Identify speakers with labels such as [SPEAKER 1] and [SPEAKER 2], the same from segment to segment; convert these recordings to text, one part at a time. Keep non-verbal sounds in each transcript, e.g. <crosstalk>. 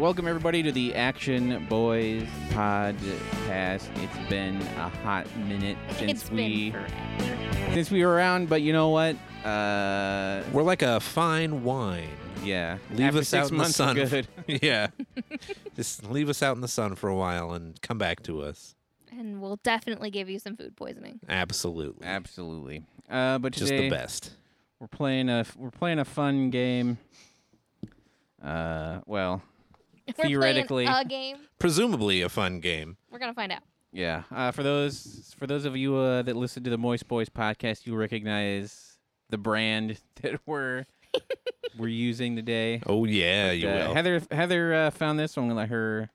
[SPEAKER 1] Welcome everybody to the Action Boys podcast. It's been a hot minute since
[SPEAKER 2] it's
[SPEAKER 1] we
[SPEAKER 2] been forever.
[SPEAKER 1] since we were around, but you know what? Uh,
[SPEAKER 3] We're like a fine wine.
[SPEAKER 1] yeah,
[SPEAKER 3] Leave
[SPEAKER 1] After
[SPEAKER 3] us
[SPEAKER 1] six
[SPEAKER 3] out in the
[SPEAKER 1] months, we're
[SPEAKER 3] sun.
[SPEAKER 1] Good.
[SPEAKER 3] <laughs> yeah. Just leave us out in the sun for a while and come back to us.
[SPEAKER 2] And we'll definitely give you some food poisoning. <laughs>
[SPEAKER 1] <laughs>
[SPEAKER 3] Absolutely.
[SPEAKER 1] Absolutely. Uh, but
[SPEAKER 3] Just
[SPEAKER 1] today
[SPEAKER 3] the best.
[SPEAKER 1] we're playing a we're playing a fun game. Uh, well,
[SPEAKER 2] We're playing
[SPEAKER 1] Theoretically.
[SPEAKER 2] a game.
[SPEAKER 3] Presumably a fun game.
[SPEAKER 2] We're gonna find out.
[SPEAKER 1] Yeah. Uh, for those for those of you uh, that listen to the Moist Boys podcast, you recognize the brand <laughs> that we're we're using today.
[SPEAKER 3] Oh yeah, you
[SPEAKER 1] Uh,
[SPEAKER 3] will.
[SPEAKER 1] Heather Heather uh, found this, so I'm gonna let her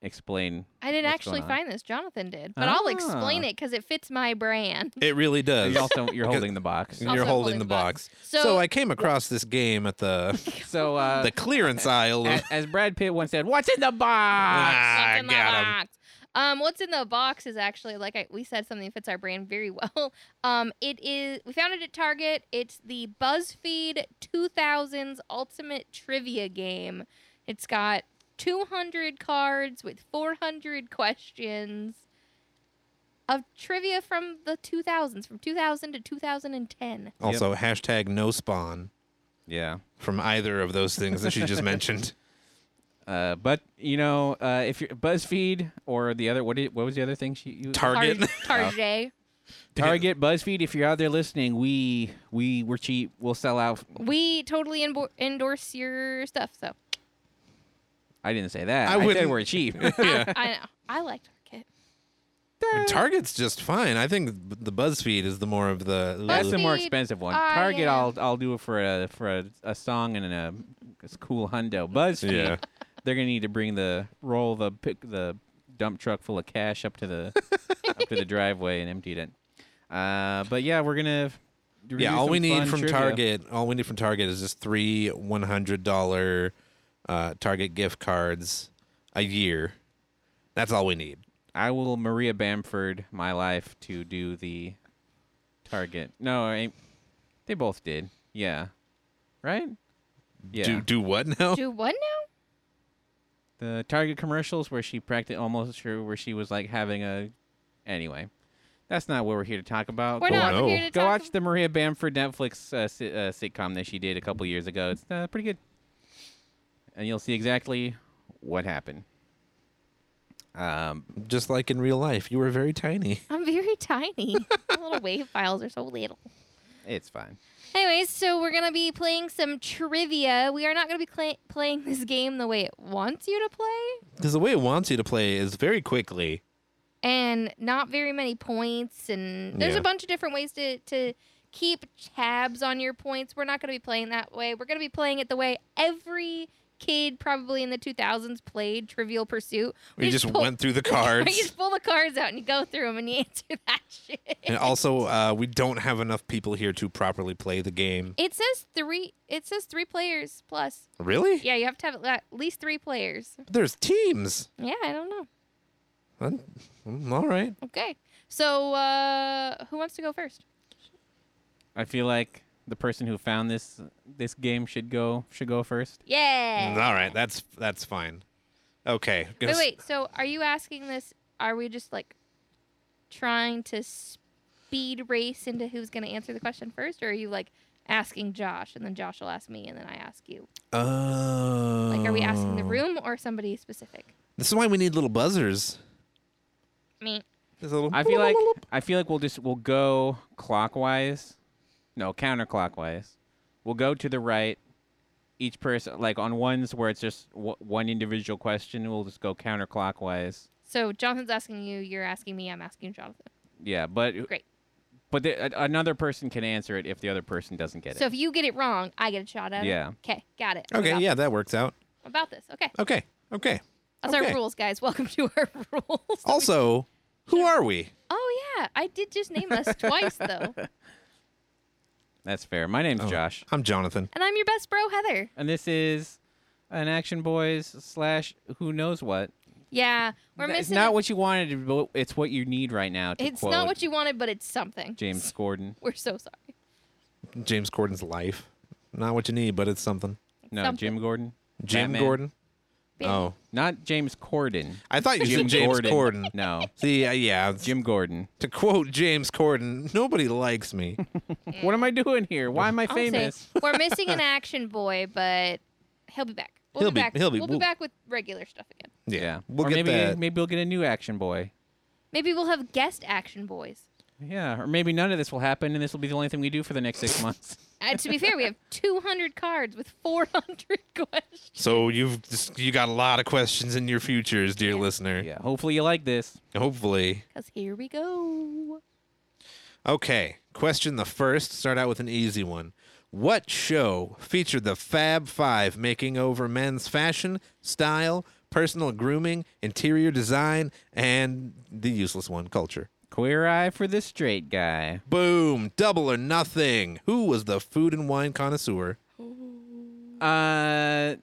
[SPEAKER 1] explain.
[SPEAKER 2] I didn't
[SPEAKER 1] What's
[SPEAKER 2] actually
[SPEAKER 1] going on?
[SPEAKER 2] find this. Jonathan did, but I'll explain
[SPEAKER 1] Ah.
[SPEAKER 2] it because it fits my brand.
[SPEAKER 3] it really does.
[SPEAKER 1] You're also you're
[SPEAKER 3] Because-
[SPEAKER 1] holding the
[SPEAKER 3] <laughs>
[SPEAKER 1] box.
[SPEAKER 3] And
[SPEAKER 2] Also
[SPEAKER 3] <laughs> you're
[SPEAKER 2] holding
[SPEAKER 3] holding
[SPEAKER 2] the
[SPEAKER 3] the box.
[SPEAKER 2] So-
[SPEAKER 3] So, I came across this game at the
[SPEAKER 1] So <laughs> uh, <laughs>
[SPEAKER 3] the clearance aisle.
[SPEAKER 1] a-
[SPEAKER 3] Of,
[SPEAKER 1] as, Brad Pitt once said, "What's in the
[SPEAKER 3] <laughs>
[SPEAKER 1] box?"
[SPEAKER 3] Ah,
[SPEAKER 2] What's in the
[SPEAKER 3] got 'em.
[SPEAKER 2] box? Um, what's in the box is actually like I, we said something that fits our brand very <laughs> well. Um, it is we found it at Target. It's the BuzzFeed 2000s Ultimate Trivia Game. It's got 200 cards with 400 questions of trivia from the 2000s, from 2000 to 2010.
[SPEAKER 3] also hashtag no spawn
[SPEAKER 1] Yeah.
[SPEAKER 3] from either of those things that she just <laughs> mentioned.
[SPEAKER 1] Uh, but you know, uh, if you're BuzzFeed or the other, what did, what was the other thing she you,
[SPEAKER 3] Target. <laughs>
[SPEAKER 2] Tar- Target.
[SPEAKER 1] Target, BuzzFeed. If you're out there listening, we we were cheap. We'll sell out.
[SPEAKER 2] We totally endo- endorse your stuff, so
[SPEAKER 1] I didn't say that.
[SPEAKER 3] I
[SPEAKER 1] I, said
[SPEAKER 3] wouldn't-
[SPEAKER 1] we're cheap.
[SPEAKER 3] <laughs> yeah.
[SPEAKER 2] I know. I like Target.
[SPEAKER 3] Target's just fine. I think the BuzzFeed is the more of the
[SPEAKER 1] That's the more
[SPEAKER 2] BuzzFeed,
[SPEAKER 1] expensive one.
[SPEAKER 2] I
[SPEAKER 1] Target,
[SPEAKER 2] am-
[SPEAKER 1] I'll I'll do it for a for a, a song and a, a cool hundo. BuzzFeed,
[SPEAKER 3] Yeah.
[SPEAKER 1] they're gonna need to bring the roll the pick the dump truck full of cash up to the up to the driveway and emptied it. Uh, but yeah, we're gonna. do
[SPEAKER 3] Yeah, all
[SPEAKER 1] some
[SPEAKER 3] we
[SPEAKER 1] fun
[SPEAKER 3] need from
[SPEAKER 1] trivia.
[SPEAKER 3] Target, all we need from Target is just three one hundred dollar uh, Target gift cards a year. That's all we need.
[SPEAKER 1] I will Maria Bamford my life to do the Target. No, I, they both did. Yeah, right. Yeah,
[SPEAKER 3] Do do what
[SPEAKER 2] <laughs>
[SPEAKER 3] now?
[SPEAKER 2] Do what now?
[SPEAKER 1] the Target commercials where she practiced almost sure where she was like having a. Anyway, that's not what we're here to talk about.
[SPEAKER 2] We're
[SPEAKER 1] Go
[SPEAKER 2] not
[SPEAKER 1] watch,
[SPEAKER 3] no.
[SPEAKER 2] here to
[SPEAKER 1] go
[SPEAKER 2] talk
[SPEAKER 1] watch the Maria Bamford Netflix uh, si- uh, sitcom that she did a couple years ago. It's uh, pretty good, and you'll see exactly what happened. Um,
[SPEAKER 3] just like in real life, you were very tiny.
[SPEAKER 2] I'm very <laughs>
[SPEAKER 3] <laughs>
[SPEAKER 2] tiny. My little wave files are so little.
[SPEAKER 1] it's fine.
[SPEAKER 2] Anyways, so we're gonna be playing some trivia. We are not gonna be cla playing this game the way it wants you to play,
[SPEAKER 3] Because the way it wants you to play is very quickly.
[SPEAKER 2] and not very many points. And there's
[SPEAKER 3] Yeah.
[SPEAKER 2] a bunch of different ways to to keep tabs on your points. We're not gonna be playing that way. We're gonna be playing it the way every kid probably in the 2000s played Trivial Pursuit.
[SPEAKER 3] We just
[SPEAKER 2] <laughs> pull-
[SPEAKER 3] went through the
[SPEAKER 2] You
[SPEAKER 3] cards.
[SPEAKER 2] just pull the cards out and you go through them and you answer <laughs> that shit.
[SPEAKER 3] and also, uh, we don't have enough people here to properly play the game.
[SPEAKER 2] It says three. It says three players plus.
[SPEAKER 3] Really?
[SPEAKER 2] Yeah, you have to have at least three players.
[SPEAKER 3] There's teams.
[SPEAKER 2] Yeah, I don't know.
[SPEAKER 3] Huh? Mm, All right.
[SPEAKER 2] Okay, so uh, who wants to go first?
[SPEAKER 1] I feel like the person who found this this game should go should go first.
[SPEAKER 2] Yeah.
[SPEAKER 3] All right. That's that's fine. Okay. gonna
[SPEAKER 2] Wait,
[SPEAKER 3] s-
[SPEAKER 2] wait. So are you asking this? Are we just like trying to speed race into who's going to answer the question first, or are you like asking Josh and then Josh will ask me and then I ask you?
[SPEAKER 3] Oh.
[SPEAKER 2] Like, are we asking the room or somebody specific?
[SPEAKER 3] This is why we need little buzzers.
[SPEAKER 2] Me.
[SPEAKER 3] There's a little
[SPEAKER 1] I
[SPEAKER 2] <laughs>
[SPEAKER 1] feel like I feel like we'll just we'll go clockwise, no counterclockwise. We'll go to the right. Each person like on ones where it's just w- one individual question, we'll just go counterclockwise.
[SPEAKER 2] So Jonathan's asking you. You're asking me. I'm asking Jonathan.
[SPEAKER 1] Yeah, but
[SPEAKER 2] Great.
[SPEAKER 1] but the, a- another person can answer it if the other person doesn't get
[SPEAKER 2] So
[SPEAKER 1] it.
[SPEAKER 2] if you get it wrong, I get a shot at it.
[SPEAKER 1] Yeah.
[SPEAKER 2] Okay, got it. I'm
[SPEAKER 3] Okay,
[SPEAKER 2] about-
[SPEAKER 3] yeah, that works out.
[SPEAKER 2] About this. Okay.
[SPEAKER 3] Okay. Okay.
[SPEAKER 2] That's our
[SPEAKER 3] Okay. Oh.
[SPEAKER 2] rules, guys. <laughs> Welcome to our rules.
[SPEAKER 3] Also, who are we?
[SPEAKER 2] Oh yeah, I did just name us twice though,
[SPEAKER 1] That's fair. My name's
[SPEAKER 3] Oh,
[SPEAKER 1] Josh,
[SPEAKER 3] I'm Jonathan.
[SPEAKER 2] and I'm your best bro, Heather.
[SPEAKER 1] and this is an Action Boys slash Who Knows What.
[SPEAKER 2] Yeah, we're
[SPEAKER 1] It's
[SPEAKER 2] missing.
[SPEAKER 1] not what you wanted, but it's what you need right now. To
[SPEAKER 2] it's
[SPEAKER 1] quote
[SPEAKER 2] not what you wanted, but it's something.
[SPEAKER 1] James Gordon.
[SPEAKER 2] <laughs> We're so sorry.
[SPEAKER 3] James Corden's life. Not what you need, but it's something.
[SPEAKER 1] No,
[SPEAKER 2] Something.
[SPEAKER 1] Jim Gordon.
[SPEAKER 3] Jim
[SPEAKER 1] Batman.
[SPEAKER 3] Gordon.
[SPEAKER 2] Big.
[SPEAKER 3] Oh,
[SPEAKER 1] Not James Corden.
[SPEAKER 3] I thought you said James Corden.
[SPEAKER 1] No,
[SPEAKER 3] See, uh, yeah,
[SPEAKER 1] Jim
[SPEAKER 2] <laughs>
[SPEAKER 1] Gordon.
[SPEAKER 3] to quote James Corden, nobody likes
[SPEAKER 1] <laughs>
[SPEAKER 3] me.
[SPEAKER 1] What am I doing here? Why am I
[SPEAKER 2] I'll say
[SPEAKER 1] famous?
[SPEAKER 2] <laughs> We're missing an action boy, but he'll be back. We'll
[SPEAKER 3] He'll
[SPEAKER 2] be,
[SPEAKER 3] be-
[SPEAKER 2] back.
[SPEAKER 3] he'll be-
[SPEAKER 2] we'll
[SPEAKER 3] we'll-
[SPEAKER 2] be back with regular stuff again.
[SPEAKER 3] Yeah, we'll
[SPEAKER 1] or
[SPEAKER 3] get
[SPEAKER 1] maybe
[SPEAKER 3] that.
[SPEAKER 1] maybe we'll get a new action boy.
[SPEAKER 2] Maybe we'll have guest action boys.
[SPEAKER 1] Yeah, or maybe none of this will happen, and this will be the only thing we do for the next
[SPEAKER 3] <laughs>
[SPEAKER 1] six months.
[SPEAKER 2] Uh, to be fair, we have 200 cards with 400 <laughs> questions.
[SPEAKER 3] So you've just, you got a lot of questions in your futures, dear listener.
[SPEAKER 1] Yeah, hopefully you like this.
[SPEAKER 3] Hopefully.
[SPEAKER 2] Because here we go.
[SPEAKER 3] Okay, question the first. Start out with an easy one. What show featured the Fab Five making over men's fashion, style, personal grooming, interior design, and the useless one, culture?
[SPEAKER 1] Queer eye for the straight guy.
[SPEAKER 3] Boom! Double or nothing. Who was the food and wine connoisseur?
[SPEAKER 1] Uh,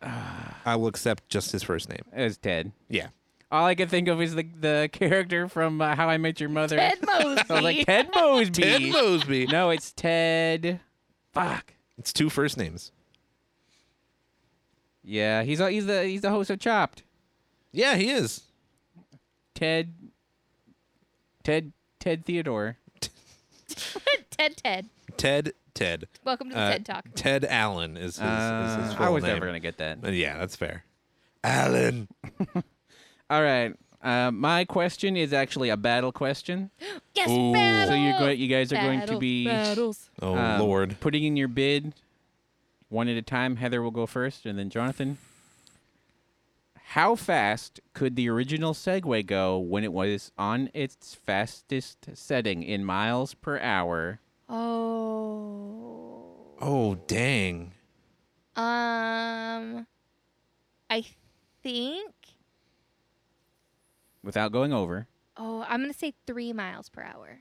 [SPEAKER 3] I will accept just his first name.
[SPEAKER 1] as Ted.
[SPEAKER 3] Yeah.
[SPEAKER 1] All I could think of is the the character from uh, How I Met Your Mother.
[SPEAKER 2] <laughs> Ted
[SPEAKER 1] I was
[SPEAKER 2] Mosby.
[SPEAKER 1] like Ted Mosby.
[SPEAKER 3] <laughs> Ted Mosby.
[SPEAKER 1] No, it's Ted. Fuck.
[SPEAKER 3] It's two first names.
[SPEAKER 1] Yeah, he's a, he's the he's the host of Chopped.
[SPEAKER 3] Yeah, he is.
[SPEAKER 1] Ted. Ted. Ted Theodore.
[SPEAKER 2] Ted, Ted.
[SPEAKER 3] Ted. Ted.
[SPEAKER 2] Welcome to the
[SPEAKER 3] Uh,
[SPEAKER 2] TED Talk.
[SPEAKER 3] Ted Allen is his, is his
[SPEAKER 1] Uh,
[SPEAKER 3] full
[SPEAKER 1] I was
[SPEAKER 3] name.
[SPEAKER 1] never gonna get that.
[SPEAKER 3] Uh, Yeah, that's fair. Allen.
[SPEAKER 1] All right. Uh, my question is actually a battle question.
[SPEAKER 2] Yes,
[SPEAKER 3] Ooh.
[SPEAKER 2] battle.
[SPEAKER 1] So you're going, you guys are going to
[SPEAKER 2] Battle,
[SPEAKER 1] be
[SPEAKER 2] Battles.
[SPEAKER 3] Oh
[SPEAKER 1] um,
[SPEAKER 3] Lord.
[SPEAKER 1] putting in your bid one at a time. Heather will go first, and then Jonathan. How fast could the original Segway go when it was on its fastest setting in miles per hour?
[SPEAKER 2] Oh.
[SPEAKER 3] Oh dang.
[SPEAKER 2] Um. I think.
[SPEAKER 1] Without going over,
[SPEAKER 2] Oh, I'm going to say three miles per hour.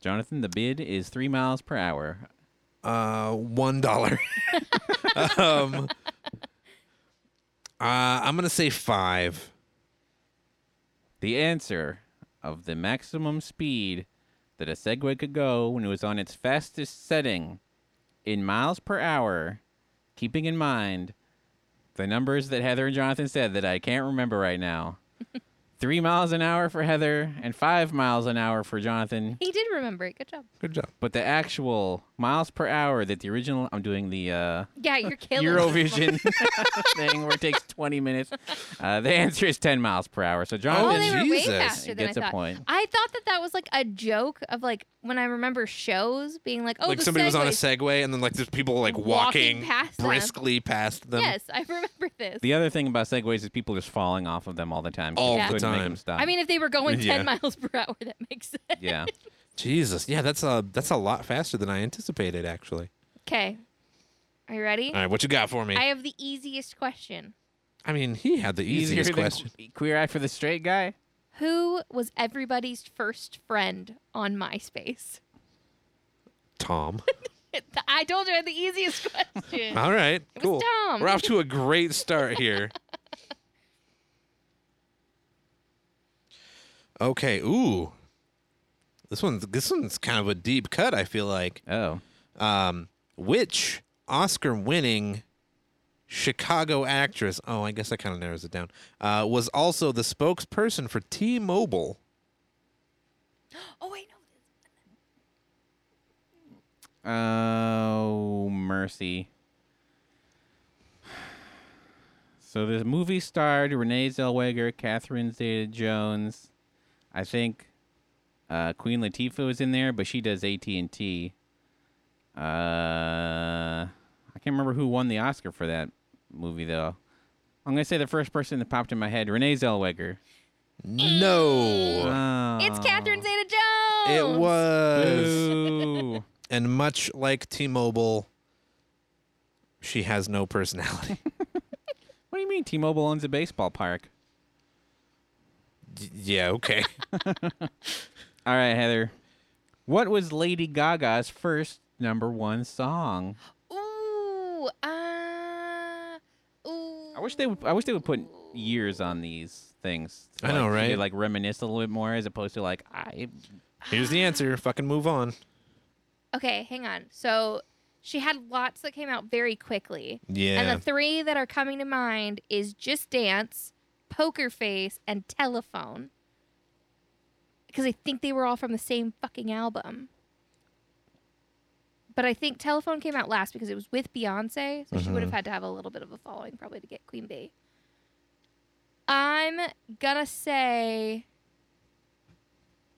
[SPEAKER 1] Jonathan, the bid is three miles per hour.
[SPEAKER 3] Uh, one dollar. <laughs> um, uh, I'm gonna say five.
[SPEAKER 1] The answer of the maximum speed that a Segway could go when it was on its fastest setting in miles per hour, keeping in mind the numbers that Heather and Jonathan said that I can't remember right
[SPEAKER 2] <laughs>
[SPEAKER 1] now. Three miles an hour for Heather and five miles an hour for Jonathan.
[SPEAKER 2] He did remember it. Good job.
[SPEAKER 3] Good job.
[SPEAKER 1] But the actual miles per hour that the original, I'm doing the uh,
[SPEAKER 2] Yeah, you're killing me. <laughs>
[SPEAKER 1] Eurovision <laughs> thing where it takes 20 minutes. Uh, the answer is 10 miles per hour. So
[SPEAKER 2] Oh,
[SPEAKER 1] Jonathan
[SPEAKER 2] they were way
[SPEAKER 3] Jesus.
[SPEAKER 2] faster than
[SPEAKER 1] gets
[SPEAKER 2] I
[SPEAKER 1] a
[SPEAKER 2] thought.
[SPEAKER 1] point.
[SPEAKER 2] I thought that that was like a joke of like when I remember shows being like, oh,
[SPEAKER 3] like
[SPEAKER 2] the
[SPEAKER 3] somebody was on a
[SPEAKER 2] Segways.
[SPEAKER 3] Segway, and then like there's people like walking,
[SPEAKER 2] Walking past them.
[SPEAKER 3] briskly past them.
[SPEAKER 2] Yes, I remember this.
[SPEAKER 1] The other thing about segways is people just falling off of them all the time. 'cause
[SPEAKER 3] All
[SPEAKER 1] you
[SPEAKER 2] the
[SPEAKER 1] couldn't make
[SPEAKER 3] time.
[SPEAKER 1] 'em stop.
[SPEAKER 2] I mean, if they were going
[SPEAKER 3] Yeah.
[SPEAKER 2] 10 miles per hour, that makes sense.
[SPEAKER 1] yeah.
[SPEAKER 3] Jesus. Yeah, that's a that's a lot faster than I anticipated. Actually.
[SPEAKER 2] Okay. Are you ready?
[SPEAKER 3] All right, what you got for me?
[SPEAKER 2] I
[SPEAKER 3] I,
[SPEAKER 2] have the easiest question.
[SPEAKER 3] mean, he had the
[SPEAKER 1] Easier
[SPEAKER 3] <laughs> easiest
[SPEAKER 1] than
[SPEAKER 3] question.
[SPEAKER 1] que- queer eye for the straight guy.
[SPEAKER 2] Who was everybody's first friend on MySpace? <laughs>
[SPEAKER 3] Tom.
[SPEAKER 2] I told you I had the easiest <laughs>
[SPEAKER 3] <laughs>
[SPEAKER 2] question.
[SPEAKER 3] All right,
[SPEAKER 2] was
[SPEAKER 3] cool.
[SPEAKER 2] Tom.
[SPEAKER 3] We're off to a great start here. okay, ooh. This one's this one's kind of a deep cut, I feel like.
[SPEAKER 1] Oh.
[SPEAKER 3] Um which Oscar winning Chicago actress, oh, I guess that kind of narrows it down, uh, was also the spokesperson for T Mobile.
[SPEAKER 2] oh, wait, no.
[SPEAKER 1] Oh, mercy. So the movie starred Renee Zellweger, Catherine Zeta-Jones. I think uh, Queen Latifah was in there, but she does AT&T. Uh, I can't remember who won the Oscar for that movie, though. I'm going to say the first person that popped in my head, Renee Zellweger. <gasps>
[SPEAKER 3] No.
[SPEAKER 1] Oh.
[SPEAKER 2] It's Catherine Zeta Jones.
[SPEAKER 3] Uh, It was.
[SPEAKER 1] Boo.
[SPEAKER 3] And much like T Mobile, she has no personality.
[SPEAKER 1] what do you mean T-Mobile owns a baseball park?
[SPEAKER 3] D- Yeah,
[SPEAKER 1] <laughs>
[SPEAKER 3] okay.
[SPEAKER 1] All right, Heather. What was Lady Gaga's first number one song?
[SPEAKER 2] Ooh. Uh, ooh.
[SPEAKER 1] I wish they would. I wish they would put years on these things. to,
[SPEAKER 3] I know,
[SPEAKER 1] like,
[SPEAKER 3] right?
[SPEAKER 1] to, like reminisce a little bit more, as opposed to like I.
[SPEAKER 3] Here's the answer. Fucking move on.
[SPEAKER 2] Okay, hang on. So she had lots that came out very quickly.
[SPEAKER 3] Yeah.
[SPEAKER 2] And the three that are coming to mind is Just Dance, Poker Face, and Telephone. Because I think they were all from the same fucking album. But I think Telephone came out last because it was with Beyonce, so she would have
[SPEAKER 3] Mm-hmm.
[SPEAKER 2] had to have a little bit of a following probably to get Queen Bee. I'm gonna say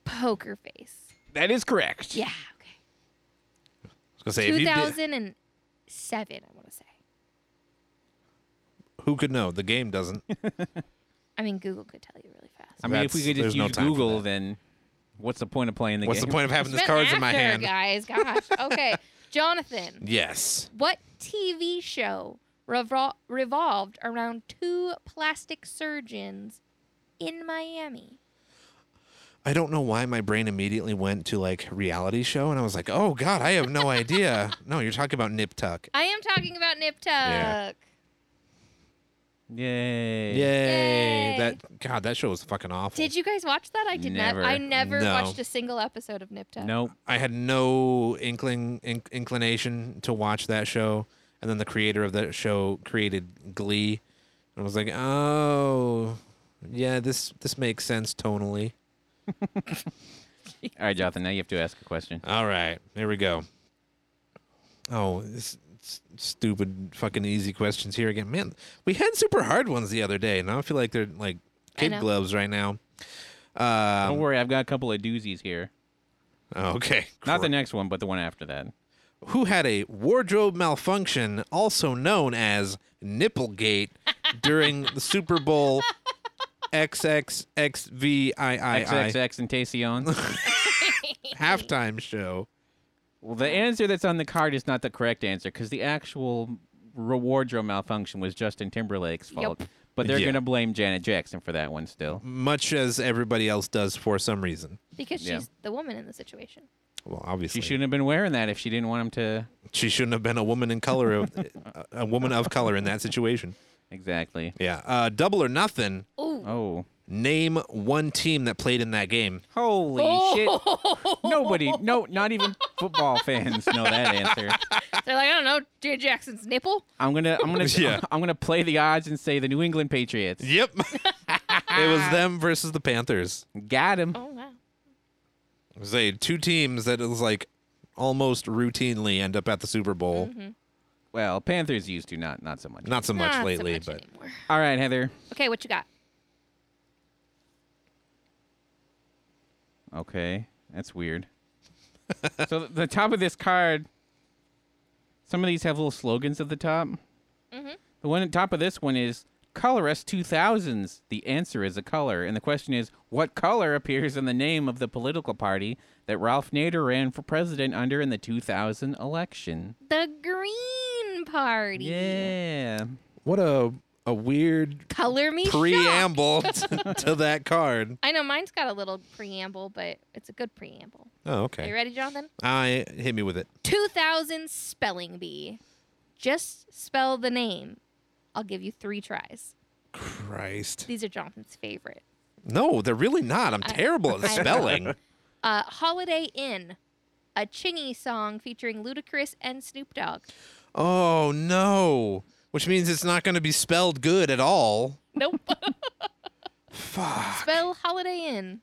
[SPEAKER 2] Poker Face.
[SPEAKER 1] That is correct.
[SPEAKER 2] Yeah, okay.
[SPEAKER 3] I was gonna say, if you did-
[SPEAKER 2] 2007, I want to say.
[SPEAKER 3] who could know? The game doesn't.
[SPEAKER 2] I mean, Google could tell you really fast.
[SPEAKER 1] <laughs> I mean, if we
[SPEAKER 3] That's-
[SPEAKER 1] could
[SPEAKER 3] there's
[SPEAKER 1] just
[SPEAKER 3] no
[SPEAKER 1] use
[SPEAKER 3] time for
[SPEAKER 1] Google,
[SPEAKER 3] that.
[SPEAKER 1] then what's the point of playing the
[SPEAKER 3] What's the
[SPEAKER 1] game?
[SPEAKER 3] point of having these
[SPEAKER 2] Spent
[SPEAKER 3] cards in my
[SPEAKER 2] after,
[SPEAKER 3] hand?
[SPEAKER 2] guys. Gosh.
[SPEAKER 3] <laughs>
[SPEAKER 2] Okay, Jonathan.
[SPEAKER 3] Yes.
[SPEAKER 2] What TV show revol- revolved around two plastic surgeons in Miami?
[SPEAKER 3] I don't know why my brain immediately went to like reality show, and I was like, oh god, I
[SPEAKER 1] <laughs>
[SPEAKER 3] have no idea. no, you're talking about Nip Tuck.
[SPEAKER 2] I am talking about Nip Tuck.
[SPEAKER 3] Yeah.
[SPEAKER 1] Yay.
[SPEAKER 3] Yay.
[SPEAKER 2] Yay.
[SPEAKER 3] That God, that show was fucking awful.
[SPEAKER 2] Did you guys watch that? I did
[SPEAKER 1] Never.
[SPEAKER 2] not. I never
[SPEAKER 3] No.
[SPEAKER 2] watched a single episode of Nip Tuck.
[SPEAKER 1] Nope.
[SPEAKER 3] I had no inkling inc- inclination to watch that show, and then the creator of that show created Glee, and I was like, oh, yeah, this this makes sense tonally.
[SPEAKER 1] All right, Jonathan. Now you have to ask a question.
[SPEAKER 3] All right, here we go. Oh, this s- stupid fucking easy questions here again. Man, we had super hard ones the other day, and I feel like they're like
[SPEAKER 2] I
[SPEAKER 3] kid
[SPEAKER 2] know.
[SPEAKER 3] gloves right now. Um,
[SPEAKER 1] Don't worry, I've got a couple of doozies here.
[SPEAKER 3] oh, okay.
[SPEAKER 1] Not the
[SPEAKER 3] Cor-
[SPEAKER 1] next one, but the one after that.
[SPEAKER 3] Who had a wardrobe malfunction, also known as nipplegate, during the Super Bowl XXXVIII
[SPEAKER 1] XXX and Tacion.
[SPEAKER 3] halftime show?
[SPEAKER 1] well, the answer that's on the card is not the correct answer because the actual reward drill malfunction was Justin Timberlake's fault. But they're
[SPEAKER 3] Yeah.
[SPEAKER 1] going to blame Janet Jackson for that one still.
[SPEAKER 3] Much as everybody else does for some reason.
[SPEAKER 2] Because she's
[SPEAKER 1] Yeah.
[SPEAKER 2] the woman in the situation.
[SPEAKER 3] Well, obviously.
[SPEAKER 1] She shouldn't have been wearing that if she didn't want him to.
[SPEAKER 3] she shouldn't have been a woman in color of a- a woman of color in that situation.
[SPEAKER 1] Exactly.
[SPEAKER 3] Yeah. Uh, double or nothing.
[SPEAKER 2] Ooh.
[SPEAKER 1] Oh.
[SPEAKER 3] Name one team that played in that game.
[SPEAKER 1] Holy
[SPEAKER 2] Oh.
[SPEAKER 1] shit. Nobody, no, not even football fans know that answer.
[SPEAKER 2] <laughs> They're like, I don't know, Janet Jackson's nipple.
[SPEAKER 1] I'm gonna, I'm gonna,
[SPEAKER 3] Yeah.
[SPEAKER 1] <laughs> I'm gonna play the odds and say the New England Patriots.
[SPEAKER 3] Yep. <laughs> it was them versus the Panthers.
[SPEAKER 1] Got him.
[SPEAKER 2] Oh wow.
[SPEAKER 3] Say two teams that is like almost routinely end up at the Super Bowl.
[SPEAKER 1] Well, Panthers used to, not, not so much.
[SPEAKER 3] Not so much
[SPEAKER 2] Mm-hmm. Not so
[SPEAKER 3] lately,
[SPEAKER 2] much
[SPEAKER 3] but
[SPEAKER 2] anymore.
[SPEAKER 1] All right, Heather.
[SPEAKER 2] Okay, what you got?
[SPEAKER 1] Okay, that's weird. so th- the top of this card, some of these have little slogans at the top. The one at top of this one is "Color Us 2000s." The answer is a color, and the question is, what color appears in the name of the political party that Ralph Nader ran for president under in the 2000 election?
[SPEAKER 2] The Green Party.
[SPEAKER 1] Yeah.
[SPEAKER 3] what a a weird
[SPEAKER 2] Color me shocked. <laughs>
[SPEAKER 3] preamble to, to that card.
[SPEAKER 2] I know mine's got a little preamble, but it's a good preamble.
[SPEAKER 3] Oh,
[SPEAKER 2] Are you
[SPEAKER 3] okay.
[SPEAKER 2] ready, Jonathan?
[SPEAKER 3] I hit me with it.
[SPEAKER 2] 2000 spelling bee. Just spell the name. I'll give you three tries.
[SPEAKER 3] Christ.
[SPEAKER 2] These are Jonathan's favorite.
[SPEAKER 3] No, they're really not. I'm terrible
[SPEAKER 2] <laughs>
[SPEAKER 3] at
[SPEAKER 2] I know.
[SPEAKER 3] spelling.
[SPEAKER 2] Uh, Holiday Inn, a Chingy song featuring Ludacris and Snoop Dogg.
[SPEAKER 3] Oh no. Which means it's not going to be spelled good at all.
[SPEAKER 2] Nope.
[SPEAKER 3] Fuck.
[SPEAKER 2] <laughs> spell Holiday Inn.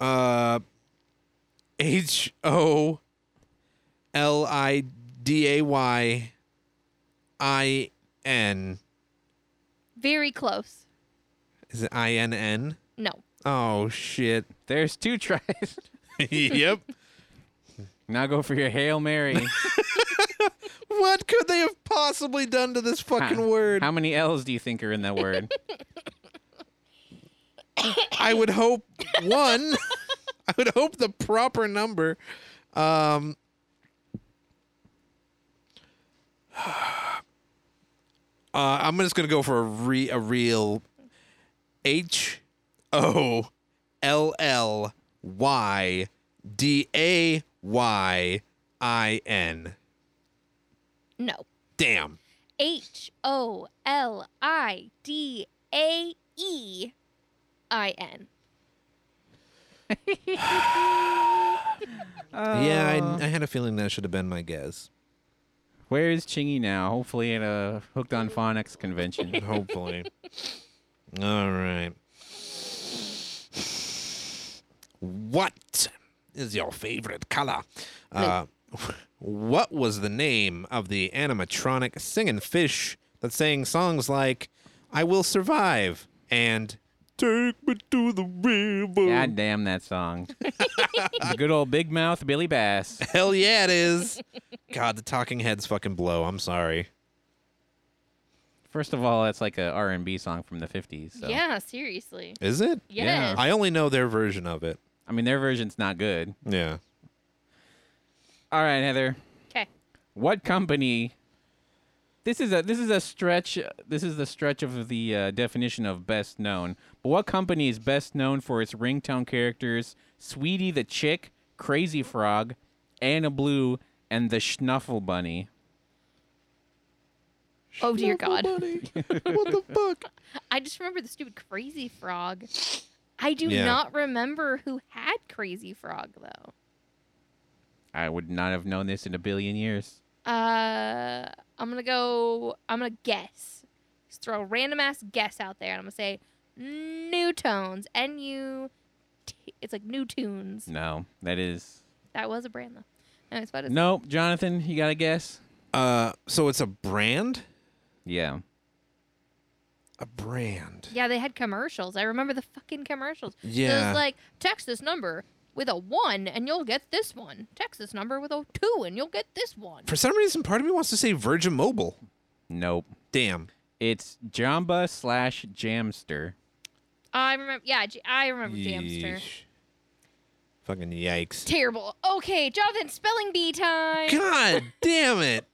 [SPEAKER 3] Uh H O L I D A Y I N.
[SPEAKER 2] Very close.
[SPEAKER 3] Is it I N N?
[SPEAKER 2] No.
[SPEAKER 3] Oh shit.
[SPEAKER 1] There's two tries. <laughs>
[SPEAKER 3] yep.
[SPEAKER 1] now go for your hail mary.
[SPEAKER 3] What could they have possibly done to this <laughs> fucking
[SPEAKER 1] Huh.
[SPEAKER 3] word?
[SPEAKER 1] How many L's do you think are in that word?
[SPEAKER 3] I would hope one. <laughs> I would hope the proper number. Um, <sighs> uh, I'm just gonna go for a re a real H O L L Y D A Y I N.
[SPEAKER 2] No.
[SPEAKER 3] Damn.
[SPEAKER 2] H O L I D A E I N.
[SPEAKER 3] <laughs>
[SPEAKER 1] Uh.
[SPEAKER 3] yeah, I, I had a feeling that should have been my guess.
[SPEAKER 1] Where is Chingy now? Hopefully at a Hooked on Phonics
[SPEAKER 3] <laughs>
[SPEAKER 1] convention.
[SPEAKER 3] Hopefully. All right. What is your favorite color? Uh, what was the name of the animatronic singing fish that sang songs like "I Will Survive" and "Take Me to the River"?
[SPEAKER 1] God damn that song. the good old Big Mouth Billy Bass.
[SPEAKER 3] Hell yeah, it is. God, the Talking Heads fucking blow. I'm sorry.
[SPEAKER 1] First of all, that's like a R&B song from the 50s. So.
[SPEAKER 2] Yeah, seriously.
[SPEAKER 3] Is it?
[SPEAKER 1] Yeah.
[SPEAKER 2] Yes.
[SPEAKER 3] I only know their version of it.
[SPEAKER 1] I mean, their version's not good.
[SPEAKER 3] Yeah.
[SPEAKER 1] All right, Heather.
[SPEAKER 2] Okay.
[SPEAKER 1] What company? This is a this is a stretch. This is the stretch of the uh, definition of best known. But what company is best known for its ringtone characters, Sweetie the Chick, Crazy Frog, Anna Blue, and the Schnuffle Bunny?
[SPEAKER 2] Oh dear God.
[SPEAKER 3] what the fuck?
[SPEAKER 2] I just remember the stupid crazy frog. I do
[SPEAKER 3] Yeah.
[SPEAKER 2] not remember who had crazy frog though.
[SPEAKER 1] I would not have known this in a billion years.
[SPEAKER 2] Uh, I'm gonna go. I'm gonna guess. Just throw a random ass guess out there, and I'm gonna say new tones. N U. T- It's like new tunes.
[SPEAKER 1] No, that is
[SPEAKER 2] That was a brand though. No, it's about as
[SPEAKER 1] nope. Jonathan, you got to guess.
[SPEAKER 3] Uh, so it's a brand?
[SPEAKER 1] Yeah,
[SPEAKER 3] A brand.
[SPEAKER 2] Yeah, they had commercials. I remember the fucking commercials. It
[SPEAKER 3] Yeah.
[SPEAKER 2] was like, text this number with a one and you'll get this one. Text this number with a two and you'll get this one.
[SPEAKER 3] For some reason, part of me wants to say Virgin Mobile.
[SPEAKER 1] nope.
[SPEAKER 3] Damn.
[SPEAKER 1] It's Jamba slash Jamster.
[SPEAKER 2] I remember. Yeah, J- I remember Jamster.
[SPEAKER 3] Yeesh. Fucking yikes.
[SPEAKER 2] Terrible. Okay, Jonathan, spelling bee time.
[SPEAKER 3] God damn it.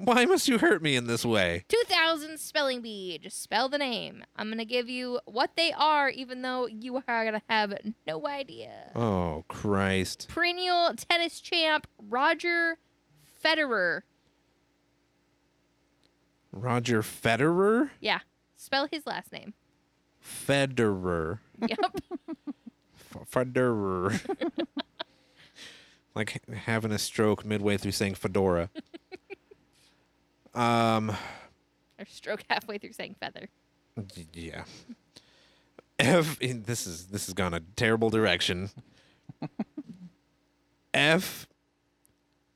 [SPEAKER 3] Why must you hurt me in this way?
[SPEAKER 2] 2000 spelling bee. Just spell the name. I'm going to give you what they are, even though you are going to have no idea.
[SPEAKER 3] Oh, Christ.
[SPEAKER 2] Perennial tennis champ Roger Federer.
[SPEAKER 3] Roger Federer?
[SPEAKER 2] Yeah, spell his last name.
[SPEAKER 3] Federer.
[SPEAKER 2] Yep.
[SPEAKER 3] F- Federer. like h- having a stroke midway through saying fedora. Um,
[SPEAKER 2] or stroke halfway through saying feather.
[SPEAKER 3] y- yeah. F. <laughs> This is this has gone a terrible direction. <laughs> F.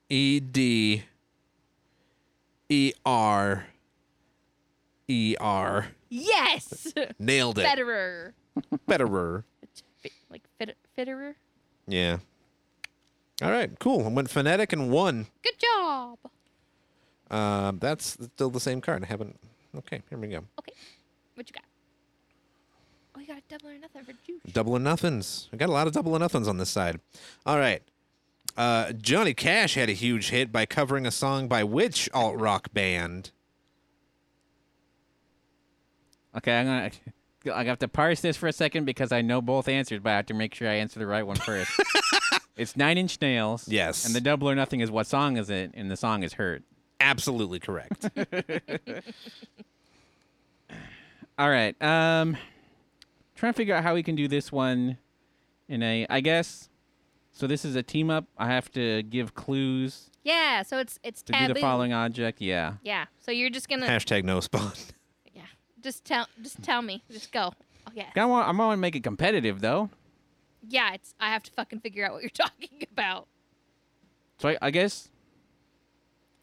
[SPEAKER 3] E D. E R. E R.
[SPEAKER 2] Yes,
[SPEAKER 3] Nailed it.
[SPEAKER 2] Federer.
[SPEAKER 3] Federer.
[SPEAKER 2] Fi- Like fit- Federer.
[SPEAKER 3] Yeah. All right. Cool. I went phonetic and won.
[SPEAKER 2] Good job.
[SPEAKER 3] Um, that's still the same card. I haven't. Okay, here we go.
[SPEAKER 2] Okay, what you got? Oh, you got a double or nothing for juice.
[SPEAKER 3] Double or nothings. I got a lot of double or nothings on this side. All right. Uh, Johnny Cash had a huge hit by covering a song by which alt rock band?
[SPEAKER 1] Okay, I'm gonna. I have to parse this for a second because I know both answers, but I have to make sure I answer the right one first. it's Nine Inch Nails.
[SPEAKER 3] Yes.
[SPEAKER 1] And the double or nothing is what song is it, and the song is Hurt.
[SPEAKER 2] <laughs>
[SPEAKER 3] Absolutely correct.
[SPEAKER 1] All right. Um, trying to figure out how we can do this one in a. I guess. So this is a team up. I have to give clues
[SPEAKER 2] Yeah, so it's it's
[SPEAKER 1] to
[SPEAKER 2] taboo.
[SPEAKER 1] do the following object. Yeah.
[SPEAKER 2] Yeah, so you're just gonna
[SPEAKER 3] Hashtag no spawn.
[SPEAKER 2] yeah. Just tell just tell me. Just go. Oh yeah.
[SPEAKER 1] I want. I'm gonna make it competitive though.
[SPEAKER 2] Yeah, it's I have to fucking figure out what you're <laughs> talking about.
[SPEAKER 1] So I, I guess.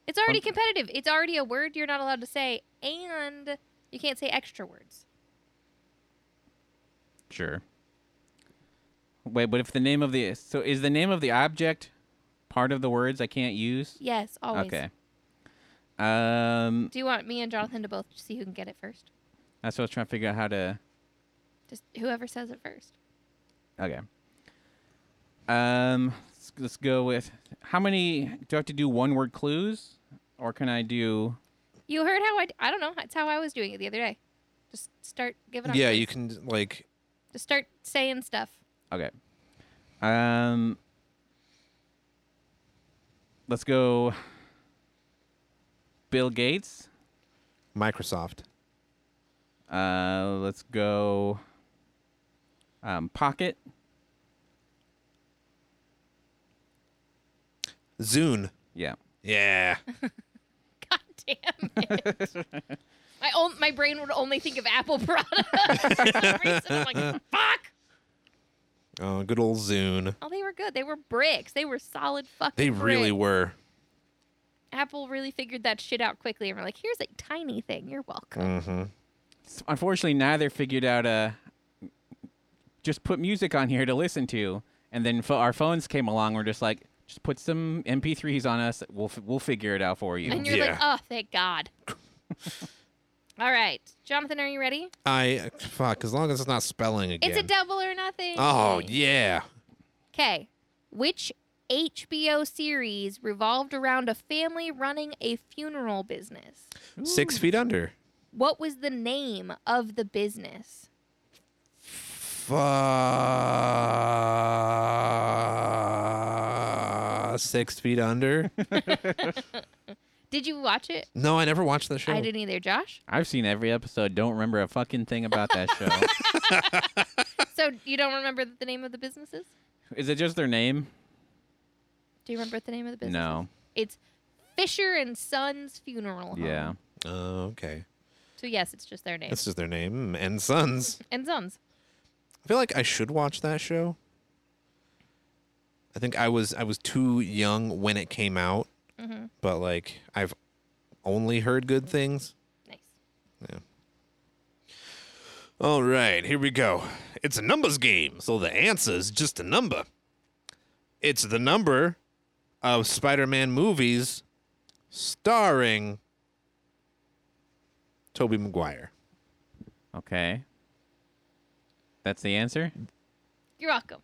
[SPEAKER 2] It's already competitive. It's already a word you're not allowed to say, and you can't say extra words.
[SPEAKER 1] Sure. Wait, but if the name of the so is the name of the object part of the words I can't use?
[SPEAKER 2] Yes, always.
[SPEAKER 1] Okay. Um,
[SPEAKER 2] Do you want me and Jonathan to both see who can get it first?
[SPEAKER 1] that's what I was trying to figure out how to.
[SPEAKER 2] Just whoever says it first.
[SPEAKER 1] Okay. Um, let's, let's go with how many do I have to do one word clues, or can I do?
[SPEAKER 2] You heard how I, d- I don't know, that's how I was doing it the other day. Just start giving up.
[SPEAKER 3] Yeah, you can like.
[SPEAKER 2] Just start saying stuff.
[SPEAKER 1] Okay. Um, let's go. Bill Gates.
[SPEAKER 3] Microsoft.
[SPEAKER 1] Uh, let's go. Um, pocket.
[SPEAKER 3] Zune.
[SPEAKER 1] Yeah.
[SPEAKER 2] <laughs>
[SPEAKER 3] Yeah.
[SPEAKER 2] God damn it.
[SPEAKER 3] <laughs>
[SPEAKER 2] my, own, my brain would only think of Apple products. For some reason. I'm
[SPEAKER 3] <laughs>
[SPEAKER 2] like, fuck.
[SPEAKER 3] Oh, good old Zune.
[SPEAKER 2] Oh, they were good. They were bricks. They were solid fucking
[SPEAKER 3] They really
[SPEAKER 2] bricks.
[SPEAKER 3] were.
[SPEAKER 2] Apple really figured that shit out quickly and we're like, here's a tiny thing. You're welcome.
[SPEAKER 3] Mm-hmm.
[SPEAKER 1] S- Unfortunately, neither figured out uh, just put music on here to listen to, and then pho- our phones came along. We're just like, just put some MP3s on us. We'll f- we'll figure it out for you.
[SPEAKER 2] And you're
[SPEAKER 3] Mm, Yeah.
[SPEAKER 2] like, oh, thank
[SPEAKER 3] <laughs>
[SPEAKER 2] God. All right. Jonathan, are you ready?
[SPEAKER 3] I fuck. As long as it's not spelling again.
[SPEAKER 2] It's a double or nothing.
[SPEAKER 3] oh yeah.
[SPEAKER 2] Okay. Which HBO series revolved around a family running a funeral business?
[SPEAKER 3] Six feet under.
[SPEAKER 2] What was the name of the business?
[SPEAKER 3] Fuck. Six feet under.
[SPEAKER 2] Did you watch it?
[SPEAKER 3] <laughs> no, I never watched that show.
[SPEAKER 2] I didn't
[SPEAKER 1] <laughs>
[SPEAKER 2] either, Josh.
[SPEAKER 1] I've seen every episode. Don't remember a fucking thing about that
[SPEAKER 2] <laughs>
[SPEAKER 1] show.
[SPEAKER 2] So you don't remember the name of the businesses?
[SPEAKER 1] Is it just their name?
[SPEAKER 2] Do you remember the name of the business?
[SPEAKER 1] No.
[SPEAKER 2] It's Fisher and Sons Funeral Home.
[SPEAKER 1] Yeah.
[SPEAKER 3] Oh, okay.
[SPEAKER 2] So yes, it's just their name.
[SPEAKER 3] That's just their name and sons.
[SPEAKER 2] And Sons.
[SPEAKER 3] I feel like I should watch that show. I think I was I was too young when it came out,
[SPEAKER 2] Mm-hmm.
[SPEAKER 3] but like I've only heard good things.
[SPEAKER 2] Nice.
[SPEAKER 3] All right, here we go. It's a numbers game, so the answer is just a number. It's the number of Spider-Man movies starring Tobey Maguire.
[SPEAKER 1] Okay. That's the answer.
[SPEAKER 2] You're welcome.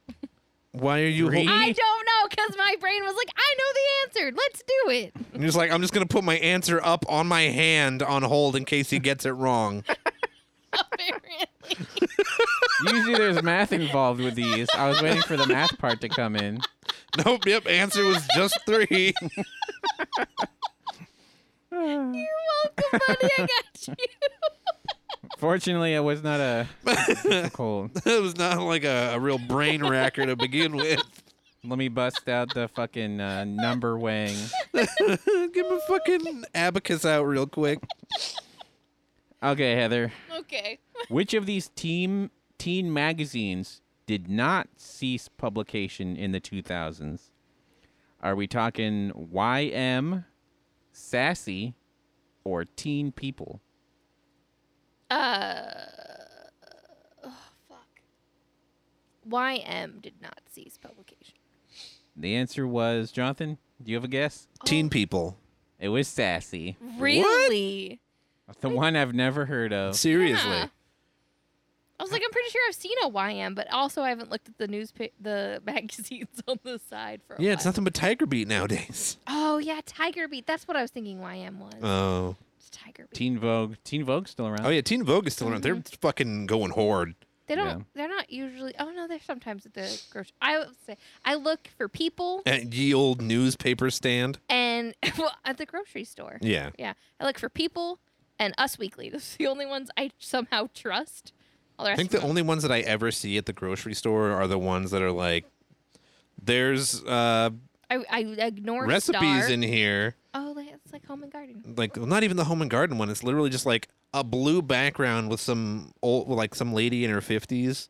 [SPEAKER 3] Why are you?
[SPEAKER 1] Three?
[SPEAKER 3] hol-
[SPEAKER 2] I don't know because my brain was like, I know the answer. Let's do it.
[SPEAKER 1] <laughs>
[SPEAKER 2] <laughs>
[SPEAKER 3] I'm just like I'm just gonna put my answer up on my hand on hold in case he gets it <laughs> wrong.
[SPEAKER 2] Apparently.
[SPEAKER 1] Usually there's math involved with these. I was waiting for the math part to come in.
[SPEAKER 3] Nope, yep, answer was just three. <laughs>
[SPEAKER 2] You're welcome, buddy. I got you. <laughs>
[SPEAKER 1] Fortunately, it was not a cold.
[SPEAKER 3] it was not like a, a real brain racker to begin <laughs> with.
[SPEAKER 1] Let me bust out the fucking uh, number weighing.
[SPEAKER 3] Get my fucking abacus out real quick.
[SPEAKER 1] Okay, Heather.
[SPEAKER 2] Okay.
[SPEAKER 1] Which of these team teen magazines did not cease publication in the 2000s? Are we talking YM, Sassy, or Teen People?
[SPEAKER 2] Uh. Oh, fuck. YM did not cease publication.
[SPEAKER 1] The answer was Jonathan. Do you have a guess?
[SPEAKER 3] Teen people.
[SPEAKER 1] It was Sassy.
[SPEAKER 2] Really?
[SPEAKER 1] The one I've never heard of.
[SPEAKER 3] Seriously.
[SPEAKER 2] Yeah. I was like, I'm pretty sure I've seen a YM, but also I haven't looked at the news, the <laughs> magazines on the side for a
[SPEAKER 3] Yeah, it's
[SPEAKER 2] while.
[SPEAKER 3] nothing but Tiger Beat nowadays. <laughs>
[SPEAKER 2] Oh yeah, Tiger Beat. That's what I was thinking. YM was
[SPEAKER 3] Oh.
[SPEAKER 2] It's Tiger Beat.
[SPEAKER 1] Teen Vogue. Teen Vogue's still around.
[SPEAKER 3] Oh yeah, Teen Vogue is still around. They're
[SPEAKER 2] Mm-hmm.
[SPEAKER 3] fucking going hard.
[SPEAKER 2] They don't.
[SPEAKER 1] yeah.
[SPEAKER 2] They're not usually. Oh no, they're sometimes at the grocery. I would say I look for people
[SPEAKER 3] At ye old newspaper stand.
[SPEAKER 2] and <laughs> well, at the grocery store.
[SPEAKER 3] Yeah.
[SPEAKER 2] Yeah, I look for people and Us Weekly. <laughs> Those are the only ones I somehow trust. All the
[SPEAKER 3] I
[SPEAKER 2] rest
[SPEAKER 3] think
[SPEAKER 2] of
[SPEAKER 3] the
[SPEAKER 2] them-
[SPEAKER 3] only ones that I ever see at the grocery store are the ones that are like there's uh
[SPEAKER 2] I, I ignore
[SPEAKER 3] recipes
[SPEAKER 2] Star.
[SPEAKER 3] in here.
[SPEAKER 2] Oh, like- it's like Home and Garden.
[SPEAKER 3] like well, not even the home and garden one. It's literally just like a blue background with some old, like some lady in her fifties,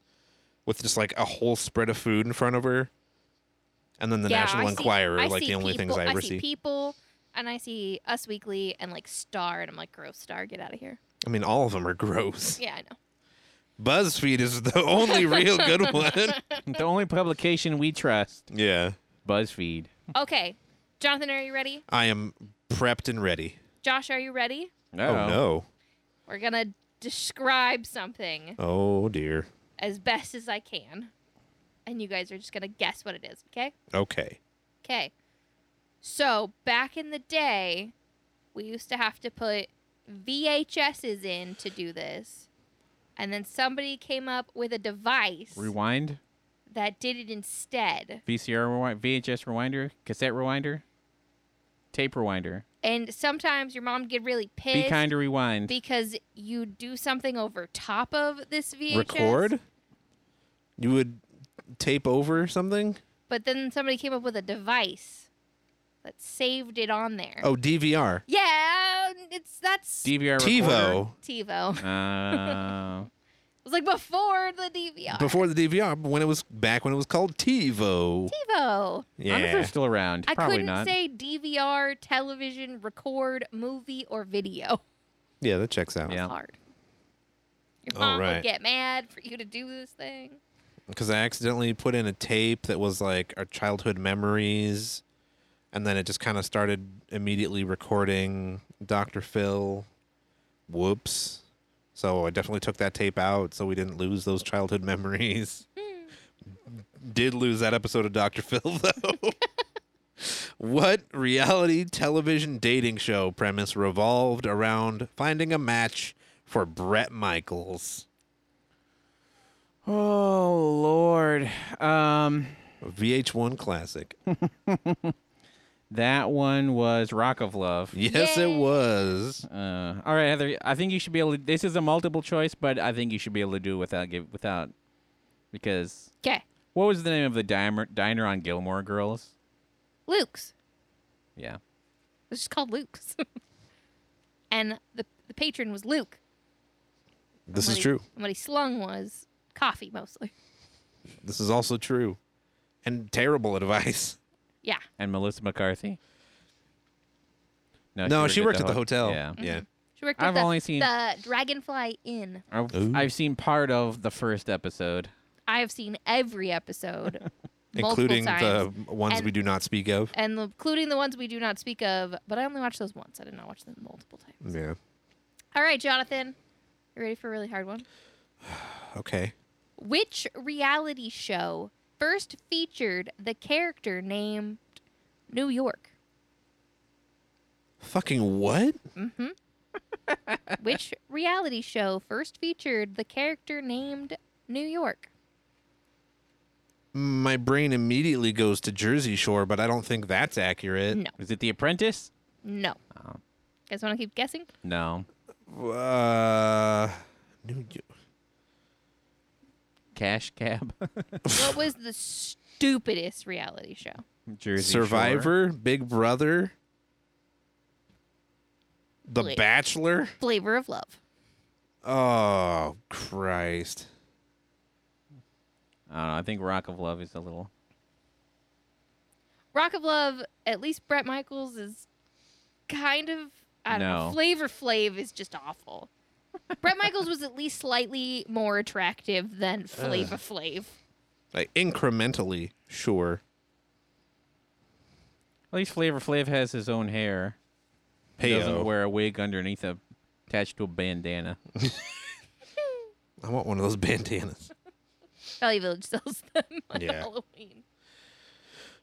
[SPEAKER 3] with just like a whole spread of food in front of her, and then the
[SPEAKER 2] yeah,
[SPEAKER 3] National
[SPEAKER 2] I see-
[SPEAKER 3] Enquirer,
[SPEAKER 2] I
[SPEAKER 3] like
[SPEAKER 2] see
[SPEAKER 3] the only
[SPEAKER 2] people,
[SPEAKER 3] things I ever
[SPEAKER 2] see.
[SPEAKER 3] see.
[SPEAKER 2] People and I see Us Weekly and like Star, and I'm like, gross Star, get out of here.
[SPEAKER 3] I mean, all of them are gross.
[SPEAKER 2] Yeah, I know.
[SPEAKER 3] <laughs> BuzzFeed is the <laughs> only real good one.
[SPEAKER 1] the only publication we trust,
[SPEAKER 3] Yeah,
[SPEAKER 1] BuzzFeed.
[SPEAKER 2] Okay, Jonathan, are you ready?
[SPEAKER 3] I am prepped and ready.
[SPEAKER 2] Josh, are you ready?
[SPEAKER 1] No.
[SPEAKER 3] oh no!
[SPEAKER 2] We're gonna describe something
[SPEAKER 3] Oh dear.
[SPEAKER 2] as best as I can, and you guys are just gonna guess what it is. Okay.
[SPEAKER 3] Okay.
[SPEAKER 2] Okay. So back in the day, we used to have to put VHSs in to do this. And then somebody came up with a device
[SPEAKER 1] Rewind,
[SPEAKER 2] that did it instead.
[SPEAKER 1] VCR rewind, VHS rewinder, cassette rewinder, tape rewinder.
[SPEAKER 2] And sometimes your mom would get really pissed
[SPEAKER 1] Be kind to rewind.
[SPEAKER 2] because you do something over top of this VHS.
[SPEAKER 3] Record. You would tape over something.
[SPEAKER 2] But then somebody came up with a device that saved it on there.
[SPEAKER 3] Oh, DVR.
[SPEAKER 2] Yeah, it's that's
[SPEAKER 1] DVR
[SPEAKER 3] TiVo.
[SPEAKER 2] <laughs> TiVo. It
[SPEAKER 1] recorder. Oh.
[SPEAKER 2] was like before the DVR.
[SPEAKER 3] Before the DVR, when it was back when it was called
[SPEAKER 2] TiVo.
[SPEAKER 3] TiVo.
[SPEAKER 1] I wonder if
[SPEAKER 3] <laughs> Yeah.
[SPEAKER 1] they're still around.
[SPEAKER 2] I
[SPEAKER 1] Probably
[SPEAKER 2] couldn't
[SPEAKER 1] not.
[SPEAKER 2] say DVR, television, record, movie, or video.
[SPEAKER 3] Yeah, that checks out.
[SPEAKER 1] Yeah.
[SPEAKER 2] It's hard. Your
[SPEAKER 3] All
[SPEAKER 2] mom
[SPEAKER 3] right.
[SPEAKER 2] would get mad for you to do this thing.
[SPEAKER 3] Because I accidentally put in a tape that was like our childhood memories, and then it just kind of started immediately recording Dr. Phil. Whoops. So I definitely took that tape out so we didn't lose those childhood memories. Did lose that episode of Dr. Phil, <laughs> though. what reality television dating show premise revolved around finding a match for Brett Michaels?
[SPEAKER 1] Oh Lord. Um,
[SPEAKER 3] VH1 classic.
[SPEAKER 1] that one was Rock of Love.
[SPEAKER 3] Yes, it
[SPEAKER 2] Yay.
[SPEAKER 3] was.
[SPEAKER 1] Uh, all right, Heather. I think you should be able. to... This is a multiple choice, but I think you should be able to do it without give without because
[SPEAKER 2] Okay.
[SPEAKER 1] what was the name of the diner diner on Gilmore Girls?
[SPEAKER 2] Luke's.
[SPEAKER 1] Yeah.
[SPEAKER 2] It's just called Luke's. <laughs> and the, the patron was Luke.
[SPEAKER 3] This
[SPEAKER 2] What
[SPEAKER 3] is
[SPEAKER 2] he-
[SPEAKER 3] true.
[SPEAKER 2] and What he slung was coffee mostly.
[SPEAKER 3] This is also true. And terrible <laughs> advice.
[SPEAKER 2] Yeah.
[SPEAKER 1] And Melissa McCarthy.
[SPEAKER 3] No, she worked at the
[SPEAKER 1] ho-
[SPEAKER 3] hotel.
[SPEAKER 1] Yeah.
[SPEAKER 2] Mm-hmm.
[SPEAKER 3] Yeah.
[SPEAKER 2] She worked at
[SPEAKER 1] I've
[SPEAKER 2] the,
[SPEAKER 1] only seen-
[SPEAKER 2] the Dragonfly Inn.
[SPEAKER 1] I've,
[SPEAKER 3] Ooh.
[SPEAKER 1] I've seen part of the first episode.
[SPEAKER 2] I have seen every
[SPEAKER 3] <laughs>
[SPEAKER 2] episode, multiple
[SPEAKER 3] Including
[SPEAKER 2] times,
[SPEAKER 3] the ones
[SPEAKER 2] And-
[SPEAKER 3] we do not speak of.
[SPEAKER 2] and the, including the ones we do not speak of. But I only watched those once. I did not watch them multiple times.
[SPEAKER 3] Yeah.
[SPEAKER 2] All right, Jonathan, you ready for a really hard one?
[SPEAKER 3] Okay.
[SPEAKER 2] Which reality show first featured the character named New York?
[SPEAKER 3] Fucking what?
[SPEAKER 2] Which reality show first featured the character named New York?
[SPEAKER 3] My brain immediately goes to Jersey Shore, but I don't think that's accurate.
[SPEAKER 2] No,
[SPEAKER 1] Is it The Apprentice?
[SPEAKER 2] no. Guys, want to keep guessing?
[SPEAKER 1] No.
[SPEAKER 3] Uh, New Yo-
[SPEAKER 1] Cash Cab. <laughs>
[SPEAKER 2] what was the stupidest reality show?
[SPEAKER 1] Jersey Shore.
[SPEAKER 3] Survivor, Big Brother, The
[SPEAKER 2] Wait.
[SPEAKER 3] Bachelor.
[SPEAKER 2] Flavor of Love.
[SPEAKER 3] Oh, Christ.
[SPEAKER 1] I don't know. I think Rock of Love is a little.
[SPEAKER 2] Rock of Love, at least Brett Michaels is kind of I don't
[SPEAKER 1] No.
[SPEAKER 2] know. Flavor Flav is just awful. Brett Michaels was at least slightly more attractive than Flavor Flav.
[SPEAKER 3] Like incrementally, sure.
[SPEAKER 1] At least Flavor Flav has his own hair. He
[SPEAKER 3] Heyo.
[SPEAKER 1] doesn't wear a wig underneath a attached to a bandana.
[SPEAKER 3] I want one of those <laughs> bandanas.
[SPEAKER 2] Valley Village sells them <laughs> on
[SPEAKER 3] Yeah.
[SPEAKER 2] Halloween.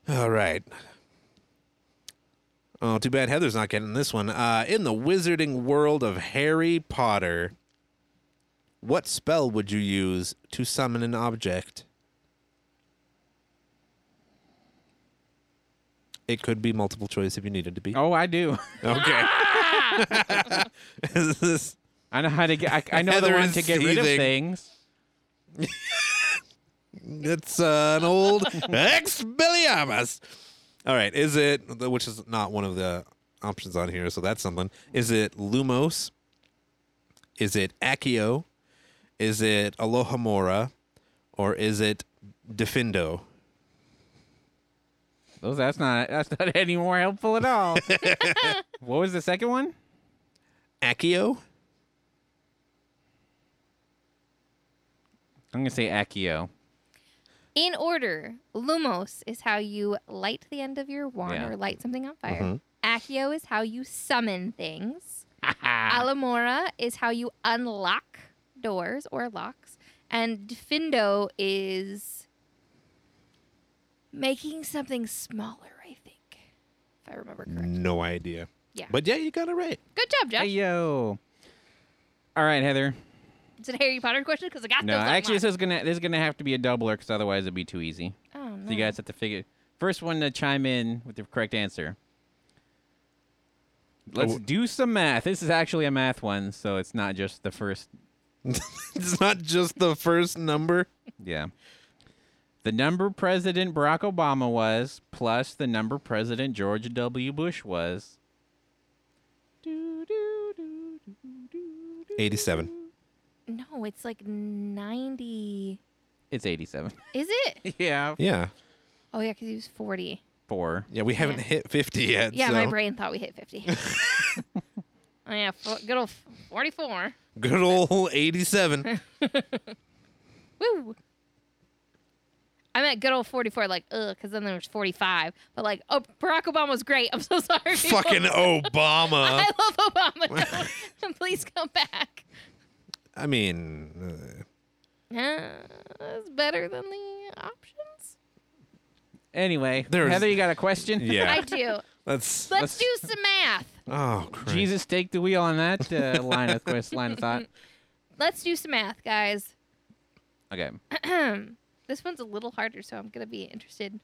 [SPEAKER 3] All right. Oh, too bad Heather's not getting this one. Uh, in the wizarding world of Harry Potter, what spell would you use to summon an object? It could be multiple choice if you needed to be.
[SPEAKER 1] Oh, I do. <laughs>
[SPEAKER 3] Okay. Is <laughs> this-
[SPEAKER 1] I know how to get. I, I know the
[SPEAKER 3] Heather
[SPEAKER 1] one
[SPEAKER 3] is
[SPEAKER 1] to get rid of
[SPEAKER 3] seething.
[SPEAKER 1] things.
[SPEAKER 3] It's uh, an old Expelliarmus. All right, is it which is not one of the options on here, so that's something. Is it Lumos? Is it Accio? Is it Alohomora? Or is it Defindo?
[SPEAKER 1] Those. That's not. That's not <laughs> any more helpful at
[SPEAKER 3] <laughs>
[SPEAKER 1] all. what was the second one?
[SPEAKER 3] Accio?
[SPEAKER 1] I'm gonna say Accio.
[SPEAKER 2] In order, Lumos is how you light the end of your wand
[SPEAKER 1] Yeah. Mm-hmm.
[SPEAKER 2] or light something on fire. Accio is how you summon things.
[SPEAKER 1] Ah.
[SPEAKER 2] Alamora is how you unlock doors or locks. And Findo is making something smaller, I think, if I remember correctly.
[SPEAKER 3] No idea.
[SPEAKER 2] Yeah.
[SPEAKER 3] But yeah, you got it right. <laughs>
[SPEAKER 2] Good job, Josh.
[SPEAKER 1] Mm. Hey yo. All right, Heather.
[SPEAKER 2] It's a Harry Potter question because I got
[SPEAKER 1] No,
[SPEAKER 2] those.
[SPEAKER 1] actually, this
[SPEAKER 2] online.
[SPEAKER 1] is gonna this is gonna have to be a doubler because otherwise it'd be too easy.
[SPEAKER 2] oh, no.
[SPEAKER 1] So you guys have to figure. First one to chime in with the correct answer. Let's
[SPEAKER 3] Oh.
[SPEAKER 1] do some math. This is actually a math one, so it's not just the first.
[SPEAKER 3] it's not just the first number.
[SPEAKER 1] Yeah. the number President Barack Obama was plus the number President George W. Bush was.
[SPEAKER 3] 87.
[SPEAKER 2] No, it's like 90.
[SPEAKER 1] It's 87.
[SPEAKER 2] Is it?
[SPEAKER 1] <laughs> yeah.
[SPEAKER 3] Yeah.
[SPEAKER 2] Oh, yeah, because he was 40.
[SPEAKER 1] Four.
[SPEAKER 3] Yeah, we haven't
[SPEAKER 2] Yeah.
[SPEAKER 3] hit 50 yet.
[SPEAKER 2] Yeah,
[SPEAKER 3] so.
[SPEAKER 2] my brain thought we hit
[SPEAKER 3] <laughs>
[SPEAKER 2] 50. <laughs> oh, yeah, fo- good old 44.
[SPEAKER 3] Good old
[SPEAKER 2] <laughs>
[SPEAKER 3] 87.
[SPEAKER 2] Woo! I meant good old 44, like, ugh, because then there was 45. But, like, oh, Barack Obama's great. <laughs> I'm so sorry. people. <laughs>
[SPEAKER 3] Fucking Obama.
[SPEAKER 2] I love
[SPEAKER 3] <laughs>
[SPEAKER 2] Obama. Don't- <laughs> Please come back.
[SPEAKER 3] I mean,
[SPEAKER 2] Uh, it's better than the options.
[SPEAKER 1] Anyway,
[SPEAKER 3] There's-
[SPEAKER 1] Heather, you got a
[SPEAKER 3] uh,
[SPEAKER 1] question?
[SPEAKER 2] I
[SPEAKER 3] <laughs> yeah.
[SPEAKER 2] do.
[SPEAKER 3] Let's.
[SPEAKER 1] Let's-
[SPEAKER 2] Let's do some math.
[SPEAKER 3] Oh, Christ.
[SPEAKER 1] Jesus, take the wheel on that uh, line of quest, line of
[SPEAKER 3] <laughs>
[SPEAKER 1] thought.
[SPEAKER 2] Let's do some math, guys.
[SPEAKER 1] Okay.
[SPEAKER 2] this one's a little harder, so I'm going to be interested.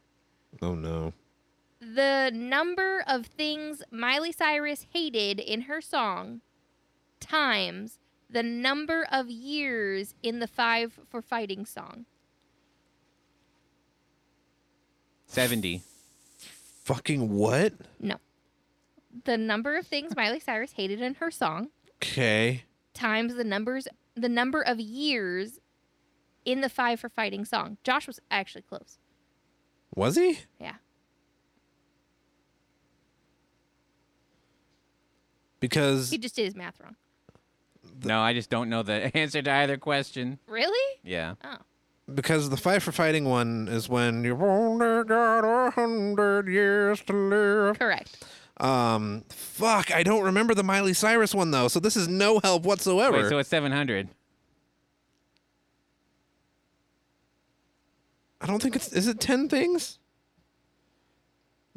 [SPEAKER 3] Oh, no.
[SPEAKER 2] The number of things Miley Cyrus hated in her song times the number of years in the Five for Fighting song.
[SPEAKER 1] 70.
[SPEAKER 3] Fucking what?
[SPEAKER 2] No. The number of things <laughs> Miley Cyrus hated in her song
[SPEAKER 3] Okay.
[SPEAKER 2] times the numbers the number of years in the five for fighting song. Josh was actually close.
[SPEAKER 3] Was he?
[SPEAKER 2] Yeah.
[SPEAKER 3] Because
[SPEAKER 2] He just did his math wrong.
[SPEAKER 1] No, I just don't know the <laughs> answer to either question.
[SPEAKER 2] Really?
[SPEAKER 1] Yeah.
[SPEAKER 2] Oh.
[SPEAKER 3] because the five for fighting one is when you've only got a hundred years to
[SPEAKER 2] <laughs>
[SPEAKER 3] live.
[SPEAKER 2] Correct.
[SPEAKER 3] Um, fuck, I don't remember the Miley Cyrus one though, so this is no help whatsoever.
[SPEAKER 1] Wait, so it's 700.
[SPEAKER 3] I don't think it's. Is it ten things?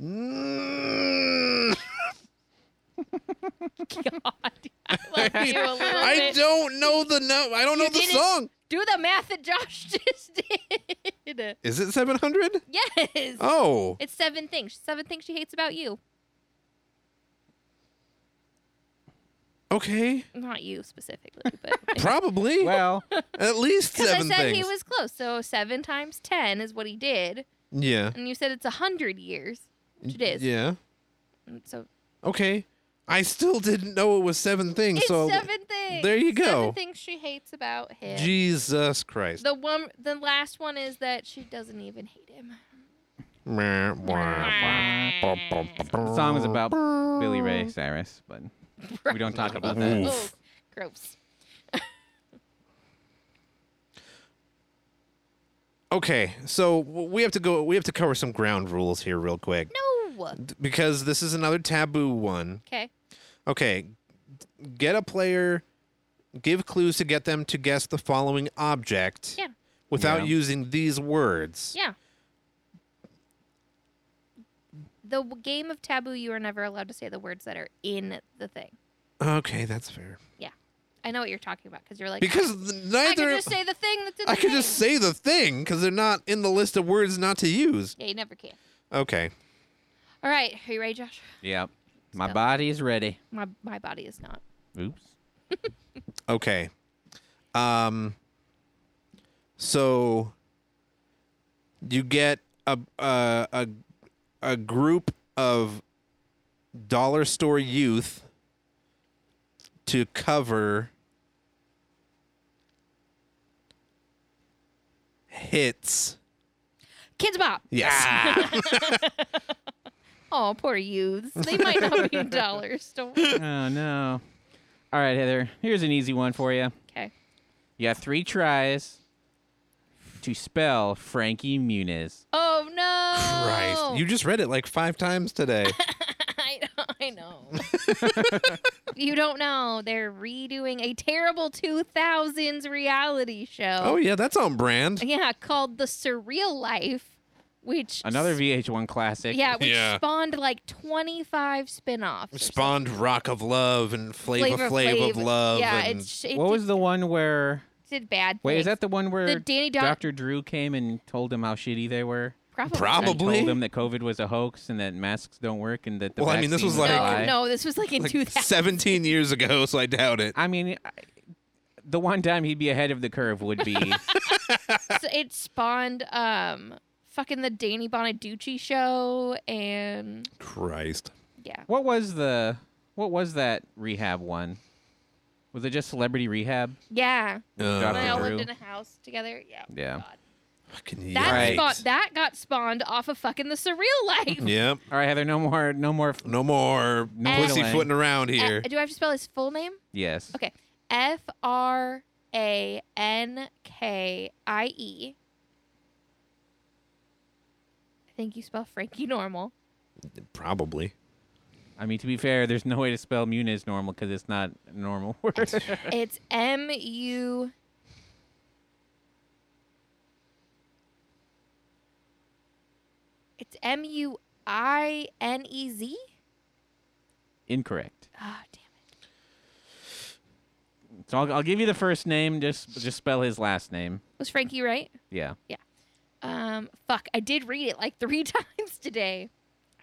[SPEAKER 3] Mm,
[SPEAKER 2] God. I love you a <laughs> little
[SPEAKER 3] I
[SPEAKER 2] bit.
[SPEAKER 3] don't know the no. I don't know
[SPEAKER 2] You
[SPEAKER 3] the
[SPEAKER 2] didn't-
[SPEAKER 3] song.
[SPEAKER 2] Do the math that Josh <laughs> just did.
[SPEAKER 3] Is it seven hundred?
[SPEAKER 2] Yes.
[SPEAKER 3] Oh,
[SPEAKER 2] It's seven things. Seven things she hates about you.
[SPEAKER 3] okay,
[SPEAKER 2] Not you
[SPEAKER 3] <laughs>
[SPEAKER 2] specifically, but
[SPEAKER 3] probably.
[SPEAKER 1] Well,
[SPEAKER 3] At least
[SPEAKER 2] because I
[SPEAKER 3] seven
[SPEAKER 2] said
[SPEAKER 3] things.
[SPEAKER 2] he was close. So seven times ten is what he did,
[SPEAKER 3] yeah,
[SPEAKER 2] and you said it's a hundred years, which it is.
[SPEAKER 3] yeah.
[SPEAKER 2] And So
[SPEAKER 3] Okay, I still didn't know it was seven things.
[SPEAKER 2] It's
[SPEAKER 3] so
[SPEAKER 2] seven things.
[SPEAKER 3] there you go.
[SPEAKER 2] Seven things she hates about him.
[SPEAKER 3] Jesus Christ.
[SPEAKER 2] the one, the last one is that she doesn't even hate him.
[SPEAKER 3] Meh, wah.
[SPEAKER 1] the song is about Billy Ray Cyrus, but we don't talk about that.
[SPEAKER 2] Oh, gross.
[SPEAKER 3] Okay, so w- we have to go. We have to cover some ground rules here, real quick,
[SPEAKER 2] No.
[SPEAKER 3] D- because this is another taboo one.
[SPEAKER 2] Okay.
[SPEAKER 3] Okay, d- get a player, give clues to get them to guess the following object
[SPEAKER 2] Yeah.
[SPEAKER 3] without
[SPEAKER 1] Yeah.
[SPEAKER 3] using these words.
[SPEAKER 2] Yeah. The w- game of taboo, you are never allowed to say the words that are in the thing.
[SPEAKER 3] Okay, that's fair.
[SPEAKER 2] I know what you're talking about because you're like,
[SPEAKER 3] <laughs> Because th-
[SPEAKER 2] I
[SPEAKER 3] neither
[SPEAKER 2] could just say the thing that's in
[SPEAKER 3] I
[SPEAKER 2] the
[SPEAKER 3] could
[SPEAKER 2] thing.
[SPEAKER 3] just say the thing because they're not in the list of words not to use.
[SPEAKER 2] Yeah, you never can.
[SPEAKER 3] Okay.
[SPEAKER 2] All right. Are you ready, Josh?
[SPEAKER 1] Yep. My
[SPEAKER 2] Go.
[SPEAKER 1] body is ready.
[SPEAKER 2] My, my body is not.
[SPEAKER 1] Oops.
[SPEAKER 3] Okay. Um so you get a a a, a group of dollar store youth to cover hits.
[SPEAKER 2] Kids Bop.
[SPEAKER 3] Yes.
[SPEAKER 2] Ah. Oh, poor youths. They might not
[SPEAKER 3] <laughs>
[SPEAKER 2] be in dollar store.
[SPEAKER 1] Oh, no. All right, Heather. Here's an easy one for you.
[SPEAKER 2] Okay.
[SPEAKER 1] You have three tries to spell Frankie Muniz.
[SPEAKER 2] Oh no!
[SPEAKER 3] <laughs> Christ. You just read it like 5 times today.
[SPEAKER 2] <laughs> I know. I know.
[SPEAKER 3] <laughs>
[SPEAKER 2] you don't know. They're redoing a terrible 2000s reality show.
[SPEAKER 3] oh yeah, that's on brand.
[SPEAKER 2] yeah, called The Surreal Life, which
[SPEAKER 1] Another VH1 classic.
[SPEAKER 2] yeah, which
[SPEAKER 3] Yeah.
[SPEAKER 2] spawned like 25 spin-offs. or
[SPEAKER 3] Spawned Rock of Love and
[SPEAKER 2] something.
[SPEAKER 3] Flavor Flav of
[SPEAKER 2] Flav.
[SPEAKER 3] Love.
[SPEAKER 2] Yeah,
[SPEAKER 3] and-
[SPEAKER 2] it's it
[SPEAKER 1] What was
[SPEAKER 2] did,
[SPEAKER 1] the one where?
[SPEAKER 2] did bad.
[SPEAKER 1] Wait, is
[SPEAKER 2] things.
[SPEAKER 1] that the one where
[SPEAKER 2] the Danny Doc-
[SPEAKER 1] Dr. Drew came and told him how shitty they were?
[SPEAKER 2] probably?
[SPEAKER 3] Prob-
[SPEAKER 1] And
[SPEAKER 3] Probably.
[SPEAKER 1] told him that COVID was a hoax and that masks don't work and that the
[SPEAKER 3] Well, I mean, this
[SPEAKER 1] vaccine a
[SPEAKER 3] was like-
[SPEAKER 2] no,
[SPEAKER 1] lie.
[SPEAKER 2] no, this was like in
[SPEAKER 3] like
[SPEAKER 2] 2000.
[SPEAKER 3] 17 years ago, so I doubt it.
[SPEAKER 1] I mean, I- the one time he'd be ahead of the curve would
[SPEAKER 2] <laughs>
[SPEAKER 1] be
[SPEAKER 2] So it spawned um fucking the Danny Bonaducci show and
[SPEAKER 3] Christ.
[SPEAKER 2] yeah.
[SPEAKER 1] what was the what was that rehab one? Was it just celebrity rehab?
[SPEAKER 2] Yeah.
[SPEAKER 3] Uh,
[SPEAKER 1] Dr.
[SPEAKER 2] They all
[SPEAKER 1] Drew.
[SPEAKER 2] lived in a house together. Yeah. oh
[SPEAKER 1] Yeah.
[SPEAKER 2] God.
[SPEAKER 3] Fucking
[SPEAKER 2] That
[SPEAKER 3] yikes.
[SPEAKER 2] spawned that got spawned off of fucking the surreal life.
[SPEAKER 3] <laughs> Yep.
[SPEAKER 1] All right, Heather, no more, no more. f-
[SPEAKER 3] No more
[SPEAKER 1] No
[SPEAKER 3] pussyfooting around
[SPEAKER 2] E-
[SPEAKER 3] here.
[SPEAKER 2] do I have to spell his full name?
[SPEAKER 1] Yes.
[SPEAKER 2] Okay. F R A N K I E. I think you spell Frankie <laughs> normal.
[SPEAKER 3] Probably.
[SPEAKER 1] I mean, to be fair, there's no way to spell Muniz normal because it's not a normal <laughs> word.
[SPEAKER 2] It's M U It's M U I N E Z?
[SPEAKER 1] Incorrect.
[SPEAKER 2] Ah, damn it.
[SPEAKER 1] So I'll, I'll give you the first name. Just just spell his last name.
[SPEAKER 2] Was Frankie right?
[SPEAKER 1] Yeah.
[SPEAKER 2] Um, fuck, I did read it like <laughs> three times today.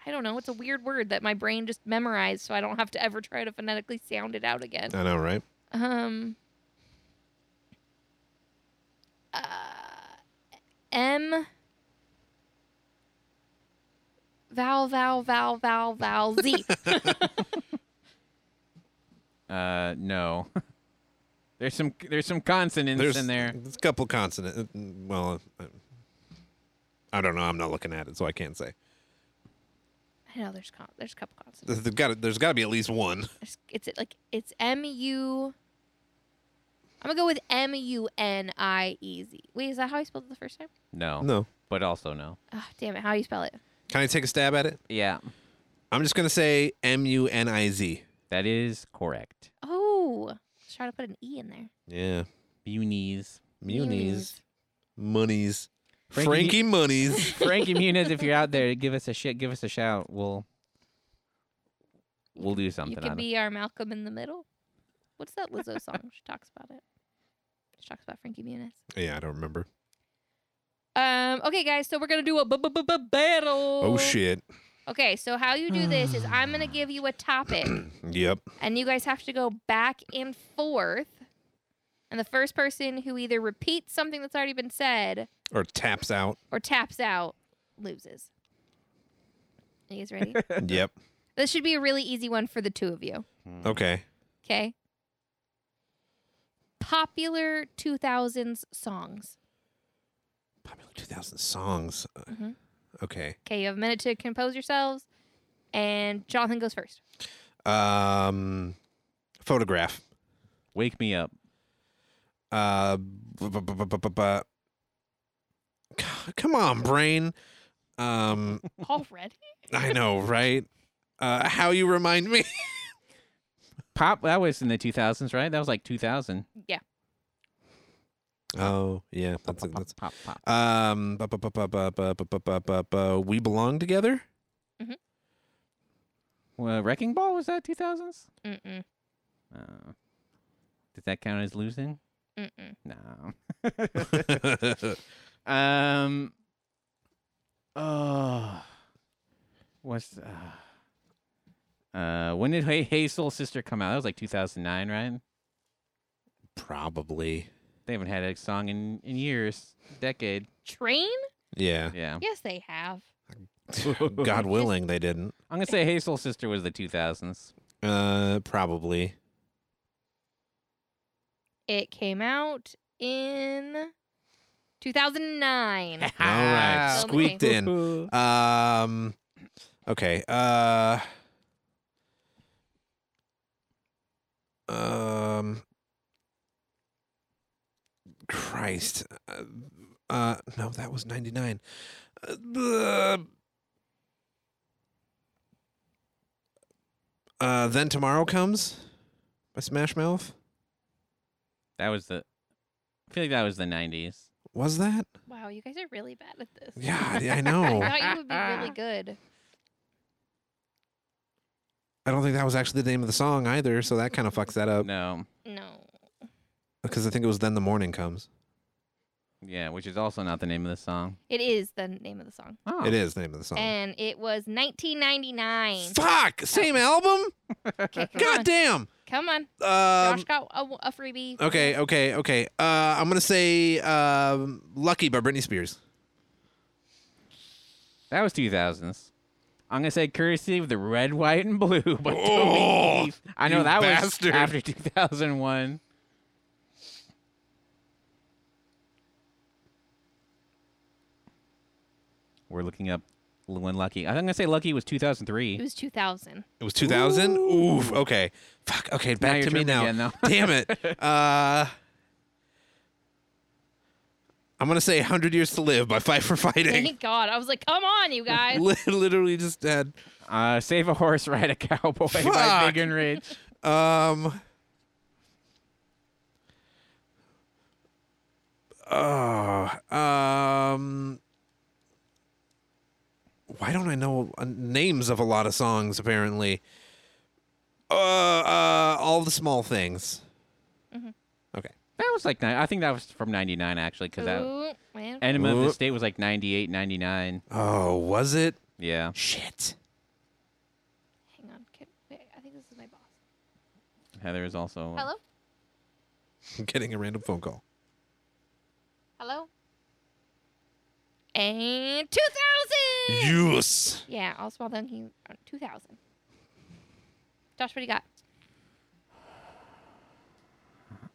[SPEAKER 2] I don't know. It's a weird word that my brain just memorized, so I don't have to ever try to phonetically sound it out again.
[SPEAKER 3] I know, right?
[SPEAKER 2] Um, uh, M. Vowel, vowel, vowel, vowel, vowel, Z.
[SPEAKER 1] Uh, no. <laughs> there's some there's some consonants
[SPEAKER 3] There's,
[SPEAKER 1] in there.
[SPEAKER 3] there's a couple consonant. Well, uh, I don't know. I'm not looking at it, so I can't say.
[SPEAKER 2] I know there's con- there's a couple consonants.
[SPEAKER 3] There's got there's got to be at least one.
[SPEAKER 2] There's- It's like it's M U. I'm gonna go with M U N I E Z. Wait, is that how I spelled it the first time?
[SPEAKER 1] No.
[SPEAKER 3] No.
[SPEAKER 1] But also no.
[SPEAKER 2] Ah, damn it! How do you spell it?
[SPEAKER 3] Can I take a stab at it?
[SPEAKER 1] Yeah.
[SPEAKER 3] I'm just gonna say M U N I Z.
[SPEAKER 1] That is correct.
[SPEAKER 2] Oh, let's try to put an E in there.
[SPEAKER 3] Yeah.
[SPEAKER 1] Muniz.
[SPEAKER 3] Munies. Monies.
[SPEAKER 1] Frankie-
[SPEAKER 3] Frankie, Monies.
[SPEAKER 1] Frankie Muniz, if you're out there, give us a shit. Give us a shout. We'll we'll do something
[SPEAKER 2] you could
[SPEAKER 1] on it.
[SPEAKER 2] be our Malcolm in the Middle. What's that Lizzo song? She talks about it. She talks about Frankie Muniz.
[SPEAKER 3] <laughs> yeah, I don't remember.
[SPEAKER 2] Um. Okay, guys. So we're gonna do a bu- bu- bu- bu- battle.
[SPEAKER 3] Oh shit.
[SPEAKER 2] Okay. So how you do this is I'm gonna give you a topic,
[SPEAKER 3] Yep.
[SPEAKER 2] and you guys have to go back and forth. And the first person who either repeats something that's already been said
[SPEAKER 3] Or taps out.
[SPEAKER 2] or taps out loses. Are you guys ready?
[SPEAKER 3] yep.
[SPEAKER 2] this should be a really easy one for the two of you.
[SPEAKER 1] Oh,
[SPEAKER 3] Okay.
[SPEAKER 2] Okay. Popular 2000s songs.
[SPEAKER 3] Popular 2000 songs. Uh,
[SPEAKER 2] Mhm.
[SPEAKER 3] Okay.
[SPEAKER 2] Okay, you have a minute to compose yourselves. And Jonathan goes
[SPEAKER 3] <laughs>
[SPEAKER 2] first.
[SPEAKER 3] Um, photograph.
[SPEAKER 1] Wake me up.
[SPEAKER 3] Uh, bu- bu- bu- bu- bu- bu- bu- C- come on, brain. Um,
[SPEAKER 2] Already?
[SPEAKER 3] I know, <laughs> right? Uh, how you remind me? <laughs>
[SPEAKER 1] Pop. That was in the 2000s, right? That was like 2000.
[SPEAKER 2] Yeah.
[SPEAKER 3] oh yeah, that's
[SPEAKER 1] Pop,
[SPEAKER 3] it.
[SPEAKER 1] pop,
[SPEAKER 3] That's
[SPEAKER 1] pop, pop.
[SPEAKER 3] um. bu- bu- bu- bu- bu- bu- bu- bu- bu- bu- bu- We belong together. <laughs>
[SPEAKER 1] Well, Wrecking Ball was that 2000s?
[SPEAKER 2] Mm-mm.
[SPEAKER 1] Uh, does that count as losing?
[SPEAKER 2] Mm-mm.
[SPEAKER 1] No. um. Oh. What's uh, uh? When did Hey Hey Soul Sister come out? That was like 2009, right?
[SPEAKER 3] Probably.
[SPEAKER 1] They haven't had a song in in years, decade.
[SPEAKER 2] Train?
[SPEAKER 1] <laughs>
[SPEAKER 3] Yeah.
[SPEAKER 1] Yeah.
[SPEAKER 2] Yes, they have.
[SPEAKER 3] God willing, they didn't.
[SPEAKER 1] I'm gonna say Hey Soul Sister was the 2000s.
[SPEAKER 3] Uh, probably.
[SPEAKER 2] It came out in
[SPEAKER 3] <laughs>
[SPEAKER 2] 2009.
[SPEAKER 3] All right,
[SPEAKER 2] Ah.
[SPEAKER 3] squeaked in. Um. Okay. Uh. Um. Christ. Uh, uh no, that was 99. Uh, bleh. uh then tomorrow comes by Smash Mouth.
[SPEAKER 1] That was the. I feel like that was the 90s.
[SPEAKER 3] Was that?
[SPEAKER 2] wow, you guys are really bad at this.
[SPEAKER 3] Yeah,
[SPEAKER 2] <laughs>
[SPEAKER 3] I- I
[SPEAKER 2] I
[SPEAKER 3] know.
[SPEAKER 2] thought you would be <laughs> really good.
[SPEAKER 3] I don't think that was actually the name of the song either, so that kind of fucks that up
[SPEAKER 1] No.
[SPEAKER 2] No.
[SPEAKER 3] because I think it was then the morning comes.
[SPEAKER 1] Yeah, which is also not the name of the song.
[SPEAKER 2] It is the name of the song.
[SPEAKER 1] Oh.
[SPEAKER 3] It is the name of the song.
[SPEAKER 2] And it was 1999.
[SPEAKER 3] Fuck! Same album?
[SPEAKER 2] Okay, come on.
[SPEAKER 3] God damn!
[SPEAKER 2] Come on.
[SPEAKER 3] Um,
[SPEAKER 2] Josh got a, a freebie.
[SPEAKER 3] okay, okay, okay. Uh, I'm gonna say um, "Lucky" by Britney Spears.
[SPEAKER 1] That was 2000s. I'm gonna say courtesy of the red, white, and blue <laughs> by
[SPEAKER 3] Oh,
[SPEAKER 1] Toby Keith. I know
[SPEAKER 3] you
[SPEAKER 1] that
[SPEAKER 3] bastard.
[SPEAKER 1] was after 2001. We're looking up when Lucky. I think I'm gonna say Lucky was
[SPEAKER 2] It
[SPEAKER 1] 2003.
[SPEAKER 2] was
[SPEAKER 3] <laughs>
[SPEAKER 2] 2000.
[SPEAKER 3] It was 2000. Oof. Okay. Fuck. Okay. Back
[SPEAKER 1] you're
[SPEAKER 3] to me
[SPEAKER 1] tripping
[SPEAKER 3] now.
[SPEAKER 1] again, though.
[SPEAKER 3] <laughs> Damn it.
[SPEAKER 1] <laughs>
[SPEAKER 3] Uh, I'm gonna say "100 Years to Live" by Fight for Fighting.
[SPEAKER 2] Thank God. I was like, come on, you guys.
[SPEAKER 3] Li- <laughs> Literally just had.
[SPEAKER 1] Uh, Save a Horse, Ride a Cowboy by
[SPEAKER 3] Fuck.
[SPEAKER 1] Big and Rich.
[SPEAKER 3] Um. Oh, um. Why don't I know uh, names of a lot of songs? Apparently, uh, uh all the small things. Okay.
[SPEAKER 1] That was like ni- I think that was from '99 actually, because that
[SPEAKER 2] Ooh, man.
[SPEAKER 1] Enema of
[SPEAKER 3] Ooh.
[SPEAKER 1] the State was like '98, '99.
[SPEAKER 3] Oh, was it?
[SPEAKER 1] Yeah.
[SPEAKER 3] Shit. <laughs>
[SPEAKER 2] Hang on. Can, wait, I think this is my boss.
[SPEAKER 1] Heather is also.
[SPEAKER 2] Hello?
[SPEAKER 3] I'm getting a random phone call.
[SPEAKER 2] Hello? And 2000!
[SPEAKER 3] Yes.
[SPEAKER 2] Yeah, Oswald Duncan, 2000. uh, Josh, what do you got?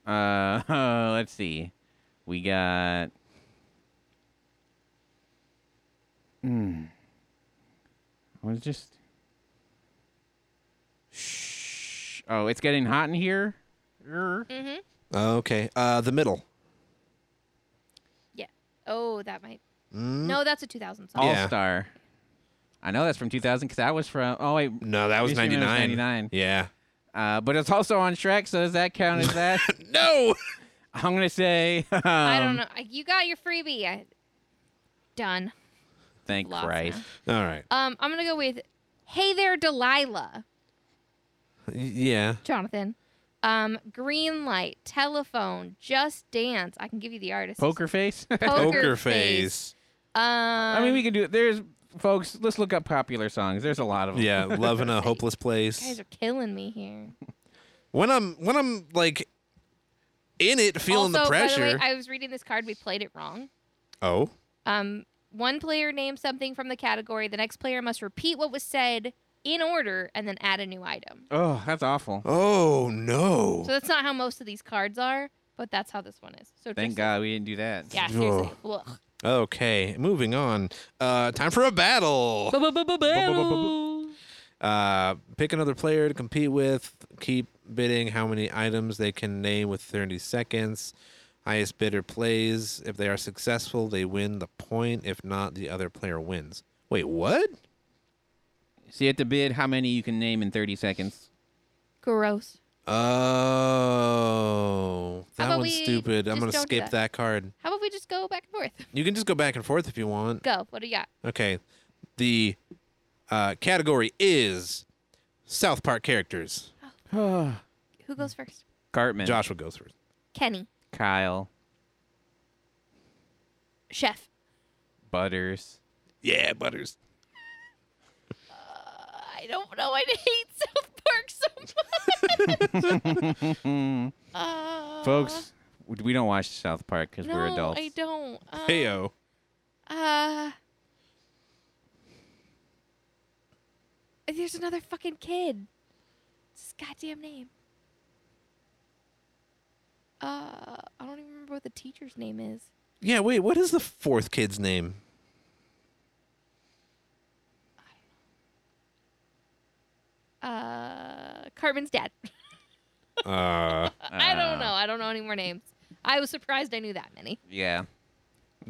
[SPEAKER 1] Uh, <laughs> let's see. We got. Hmm. I was just. Shh. Oh, it's getting hot in here. Er.
[SPEAKER 2] Mm-hmm.
[SPEAKER 3] Okay. Uh, the middle.
[SPEAKER 2] Oh, that might.
[SPEAKER 3] Mm.
[SPEAKER 2] No, that's a 2000 song.
[SPEAKER 1] All
[SPEAKER 3] Yeah.
[SPEAKER 1] Star. I know that's from 2000 because that was from. Oh wait.
[SPEAKER 3] No, that was
[SPEAKER 1] Beast of
[SPEAKER 3] ninety
[SPEAKER 1] New York was
[SPEAKER 3] nine.
[SPEAKER 1] 99.
[SPEAKER 3] Yeah.
[SPEAKER 1] Uh, but it's also on Shrek, so does that count as that?
[SPEAKER 3] No.
[SPEAKER 1] I'm gonna say.
[SPEAKER 2] I
[SPEAKER 1] um,
[SPEAKER 2] don't know. I- You got your freebie. I... Done.
[SPEAKER 1] Thank
[SPEAKER 2] Lost now.
[SPEAKER 1] Christ.
[SPEAKER 3] All right.
[SPEAKER 2] Um, I'm going to go with Hey There, Delilah.
[SPEAKER 3] Y- Yeah.
[SPEAKER 2] Jonathan. Um, green light, telephone, just dance. I can give you the artist.
[SPEAKER 1] Poker face. <laughs>
[SPEAKER 2] Poker,
[SPEAKER 3] Poker
[SPEAKER 2] face.
[SPEAKER 3] face.
[SPEAKER 2] Um,
[SPEAKER 1] I mean, we can do it. There's folks. Let's look up popular songs. There's a lot of them.
[SPEAKER 3] Yeah, love in a hopeless
[SPEAKER 2] you guys
[SPEAKER 3] place.
[SPEAKER 2] are killing me here.
[SPEAKER 3] When I'm when I'm like in it, feeling
[SPEAKER 2] also,
[SPEAKER 3] the pressure.
[SPEAKER 2] by the way, I was reading this card. We played it wrong.
[SPEAKER 3] oh,
[SPEAKER 2] Um, one player names something from the category. The next player must repeat what was said in order and then add a new item.
[SPEAKER 1] Oh, that's awful.
[SPEAKER 3] oh no.
[SPEAKER 2] So that's not how most of these cards are, but that's how this one is. So
[SPEAKER 1] Thank
[SPEAKER 2] just-
[SPEAKER 1] God we didn't do that.
[SPEAKER 2] Yeah, seriously. Ugh.
[SPEAKER 3] Okay, moving on. Uh, time for a battle. Uh, pick another player to compete with. Keep bidding how many items they can name with 30 seconds. Highest bidder plays. If they are successful, they win the point. If not, the other player wins. Wait, what?
[SPEAKER 1] So you have to bid how many you can name in 30 seconds.
[SPEAKER 2] Gross. How
[SPEAKER 3] Oh, that
[SPEAKER 2] about
[SPEAKER 3] one's
[SPEAKER 2] we
[SPEAKER 3] stupid. I'm
[SPEAKER 2] just don't
[SPEAKER 3] gonna
[SPEAKER 2] do
[SPEAKER 3] skip
[SPEAKER 2] that?
[SPEAKER 3] that. card.
[SPEAKER 2] How about we just go back and forth?
[SPEAKER 3] You can just go back and forth if you want.
[SPEAKER 2] Go. What do you got?
[SPEAKER 3] Okay, the uh, category is South Park characters. <sighs>
[SPEAKER 2] Who goes first?
[SPEAKER 1] Cartman.
[SPEAKER 3] Joshua goes first.
[SPEAKER 2] Kenny.
[SPEAKER 1] Kyle.
[SPEAKER 2] Chef.
[SPEAKER 1] Butters.
[SPEAKER 3] Yeah, Butters.
[SPEAKER 2] I don't know. I <laughs> hate South Park so much.
[SPEAKER 1] <laughs>
[SPEAKER 2] uh,
[SPEAKER 1] Folks, w- we don't watch South Park because
[SPEAKER 2] no,
[SPEAKER 1] we're adults.
[SPEAKER 2] I don't. Uh,
[SPEAKER 3] Heyo.
[SPEAKER 2] Uh, there's another fucking kid. It's his goddamn name. Uh, I don't even remember what the teacher's name is.
[SPEAKER 3] Yeah, wait. What is the fourth kid's name?
[SPEAKER 2] Uh, Carmen's dad. <laughs>
[SPEAKER 3] Uh,
[SPEAKER 2] I
[SPEAKER 1] Uh,
[SPEAKER 2] don't know. I don't know any more names. I was surprised I knew that many.
[SPEAKER 1] Yeah.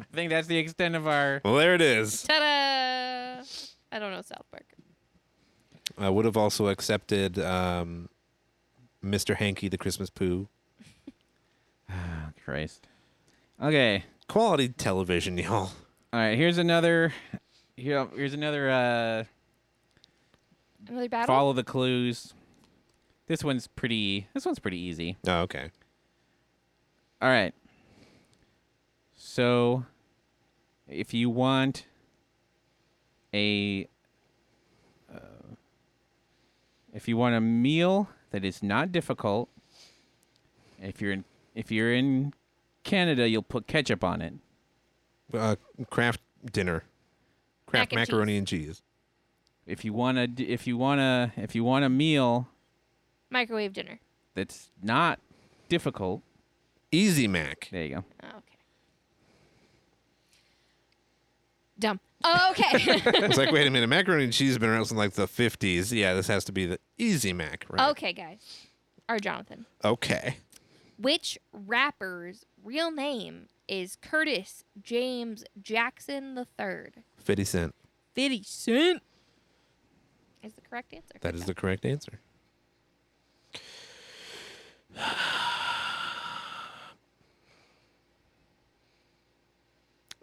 [SPEAKER 1] I think that's the extent of our.
[SPEAKER 3] well, there
[SPEAKER 2] <laughs>
[SPEAKER 3] it is.
[SPEAKER 2] Ta-da! I don't know South Park.
[SPEAKER 3] I would have also accepted um, Mr. Hanky the Christmas Pooh.
[SPEAKER 1] Oh, Christ. Okay.
[SPEAKER 3] Quality television, <laughs> y'all.
[SPEAKER 1] All right. Here's another. Here, here's another. Uh,
[SPEAKER 2] Another battle.
[SPEAKER 1] follow the clues. This one's pretty. This one's pretty easy.
[SPEAKER 3] Oh, okay.
[SPEAKER 1] All right. So, if you want a, uh, if you want a meal that is not difficult. If you're in if you're in Canada, you'll put ketchup on it.
[SPEAKER 3] Uh, Kraft dinner. Kraft
[SPEAKER 2] Mac and
[SPEAKER 3] macaroni and cheese.
[SPEAKER 1] If you want to if you want to if you want a meal
[SPEAKER 2] Microwave dinner.
[SPEAKER 1] that's not difficult,
[SPEAKER 3] Easy Mac.
[SPEAKER 1] there you go.
[SPEAKER 2] Oh, okay. Dumb. Oh, okay. <laughs>
[SPEAKER 3] It's like, wait a minute, macaroni and cheese has been around since like the 50s. Yeah, this has to be the Easy Mac, right?
[SPEAKER 2] okay, guys. Or Jonathan.
[SPEAKER 3] Okay.
[SPEAKER 2] Which rapper's real name is Curtis James Jackson III?
[SPEAKER 3] 50 Cent.
[SPEAKER 2] 50 Cent. Is the correct answer.
[SPEAKER 3] That is the correct answer. <sighs>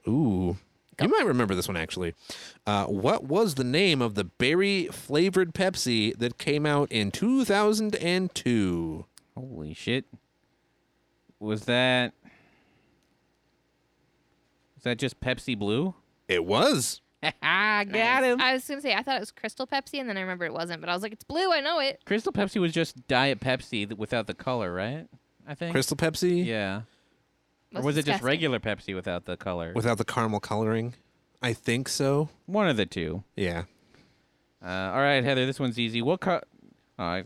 [SPEAKER 3] Ooh. You might remember this one actually. Uh, what was the name of the berry flavored Pepsi that came out in 2002?
[SPEAKER 1] Holy shit. Was that Was that just Pepsi Blue? <laughs>
[SPEAKER 3] It was.
[SPEAKER 1] I got him.
[SPEAKER 2] I was going to say, I thought it was Crystal Pepsi, and then I remember it wasn't, but I was like, it's blue. I know it.
[SPEAKER 1] Crystal Pepsi was just Diet Pepsi th- without the color, right? I think.
[SPEAKER 3] Crystal Pepsi?
[SPEAKER 1] Yeah. Or
[SPEAKER 2] Most
[SPEAKER 1] was it just
[SPEAKER 2] disgusting.
[SPEAKER 1] regular Pepsi without the color?
[SPEAKER 3] Without the caramel coloring? I think so.
[SPEAKER 1] One of the two.
[SPEAKER 3] Yeah.
[SPEAKER 1] Uh, all right, Heather, this one's easy. What co- all right.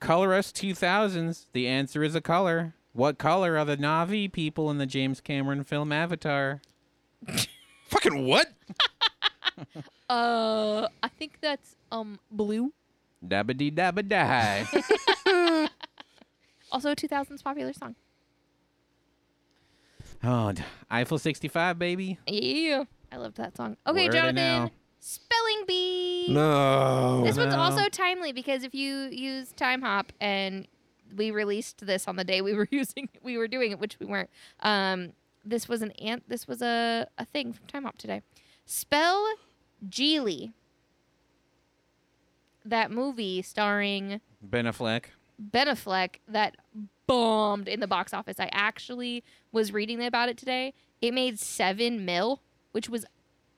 [SPEAKER 1] Color us 2000s. The answer is a color. What color are the Navi people in the James Cameron film Avatar?
[SPEAKER 3] Fucking what?
[SPEAKER 2] Uh, I think that's um blue.
[SPEAKER 1] Dabba dee dabba die.
[SPEAKER 2] Also, a 2000s popular song.
[SPEAKER 1] oh, d- Eiffel 65, baby.
[SPEAKER 2] Yeah, I loved that song. Okay,
[SPEAKER 1] Word I know.
[SPEAKER 2] Jonathan. Spelling bee.
[SPEAKER 3] No.
[SPEAKER 2] This one's
[SPEAKER 1] No.
[SPEAKER 2] also timely because if you use Time Hop and we released this on the day we <laughs> were using we were doing it, which we weren't. Um, this was an ant. This was a a thing from Time Hop today. Spell Geely. That movie starring
[SPEAKER 1] Ben Affleck.
[SPEAKER 2] Ben Affleck that bombed in the box office. I actually was reading about it today. It made seven mil, which was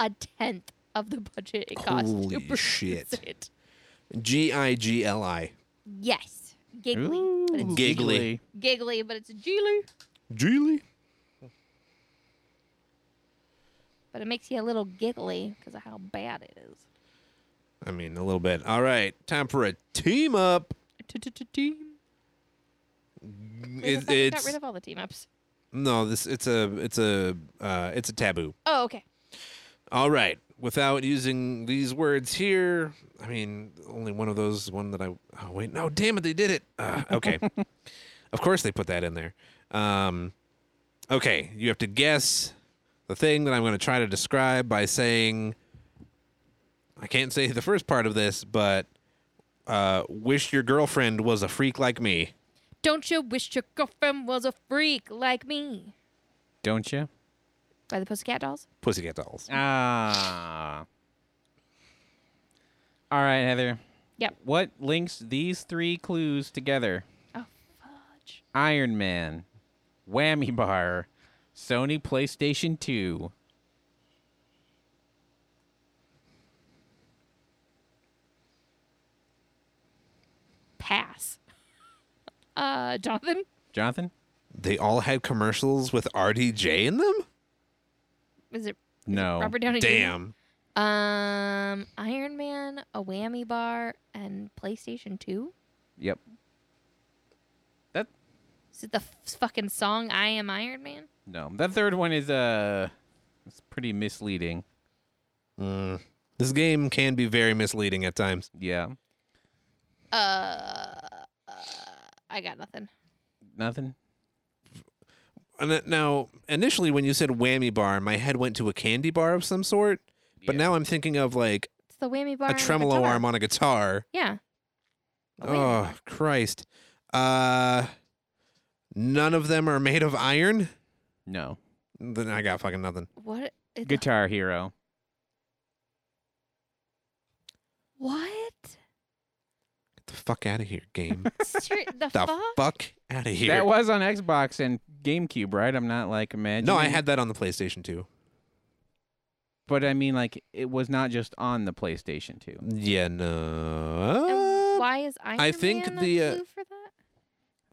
[SPEAKER 2] a tenth of the budget it cost. to
[SPEAKER 3] Holy
[SPEAKER 2] produce
[SPEAKER 3] shit.
[SPEAKER 2] it.
[SPEAKER 3] G I G L I.
[SPEAKER 2] Yes. Giggly. But it's
[SPEAKER 1] Ooh,
[SPEAKER 3] Giggly.
[SPEAKER 2] giggly, but it's giggly.
[SPEAKER 3] Julie.
[SPEAKER 2] But it makes you a little giggly because of how bad it is.
[SPEAKER 3] I mean, a little bit. All right, time for a team up.
[SPEAKER 2] Team.
[SPEAKER 3] It,
[SPEAKER 2] got
[SPEAKER 3] it's
[SPEAKER 2] rid of all the team ups.
[SPEAKER 3] no, this it's a it's a uh, it's a taboo.
[SPEAKER 2] Oh, okay.
[SPEAKER 3] All right, without using these words here, I mean, only one of those is one that I. Oh wait, no, damn it, they did it. Uh, okay, of course they put that in there. Um, okay, you have to guess the thing that I'm going to try to describe by saying. I can't say the first part of this, but uh, wish your girlfriend was a freak like me.
[SPEAKER 2] Don't you wish your girlfriend was a freak like me?
[SPEAKER 1] Don't you?
[SPEAKER 2] By the Pussycat Dolls?
[SPEAKER 3] Pussycat Dolls.
[SPEAKER 1] Ah. All right, Heather.
[SPEAKER 2] Yep.
[SPEAKER 1] What links these three clues together?
[SPEAKER 2] Oh, fudge.
[SPEAKER 1] Iron Man, Whammy Bar, Sony PlayStation 2.
[SPEAKER 2] Pass. <laughs> Uh, Jonathan?
[SPEAKER 1] Jonathan?
[SPEAKER 3] They all had commercials with RDJ in them?
[SPEAKER 2] Is it
[SPEAKER 1] No.
[SPEAKER 2] Robert Downey Jr.?
[SPEAKER 3] Oh, Damn.
[SPEAKER 2] Um, Iron Man, a whammy bar, and PlayStation 2?
[SPEAKER 1] Yep. That
[SPEAKER 2] Is it the f- fucking song I Am Iron Man?
[SPEAKER 1] no. That third one is uh it's pretty misleading.
[SPEAKER 3] Mm. This game can be very misleading at times.
[SPEAKER 1] Yeah.
[SPEAKER 2] Uh, uh, I got nothing.
[SPEAKER 1] Nothing.
[SPEAKER 3] And that- Now, initially, when you said whammy bar, my head went to a candy bar of some sort. But
[SPEAKER 1] Yeah.
[SPEAKER 3] now I'm thinking of like
[SPEAKER 2] It's the whammy bar.
[SPEAKER 3] a
[SPEAKER 2] and
[SPEAKER 3] tremolo
[SPEAKER 2] guitar.
[SPEAKER 3] arm on a guitar.
[SPEAKER 2] Yeah. A whammy
[SPEAKER 3] Oh,
[SPEAKER 2] bar.
[SPEAKER 3] Christ. Uh, none of them are made of iron.
[SPEAKER 1] No.
[SPEAKER 3] Then I got fucking nothing.
[SPEAKER 2] What? It's a-
[SPEAKER 1] Guitar Hero.
[SPEAKER 2] what?
[SPEAKER 3] <laughs> Get the fuck out of here, game.
[SPEAKER 2] Ser- the
[SPEAKER 3] the
[SPEAKER 2] fuck?
[SPEAKER 3] fuck out of here.
[SPEAKER 1] That was on Xbox and GameCube, right? I'm not like imagining.
[SPEAKER 3] no, I had that on the PlayStation 2.
[SPEAKER 1] But I mean, like, it was not just on the PlayStation 2.
[SPEAKER 3] Yeah, no.
[SPEAKER 2] Why is Iron
[SPEAKER 3] I think
[SPEAKER 2] Man
[SPEAKER 3] the,
[SPEAKER 2] the
[SPEAKER 3] uh,
[SPEAKER 2] clue for that?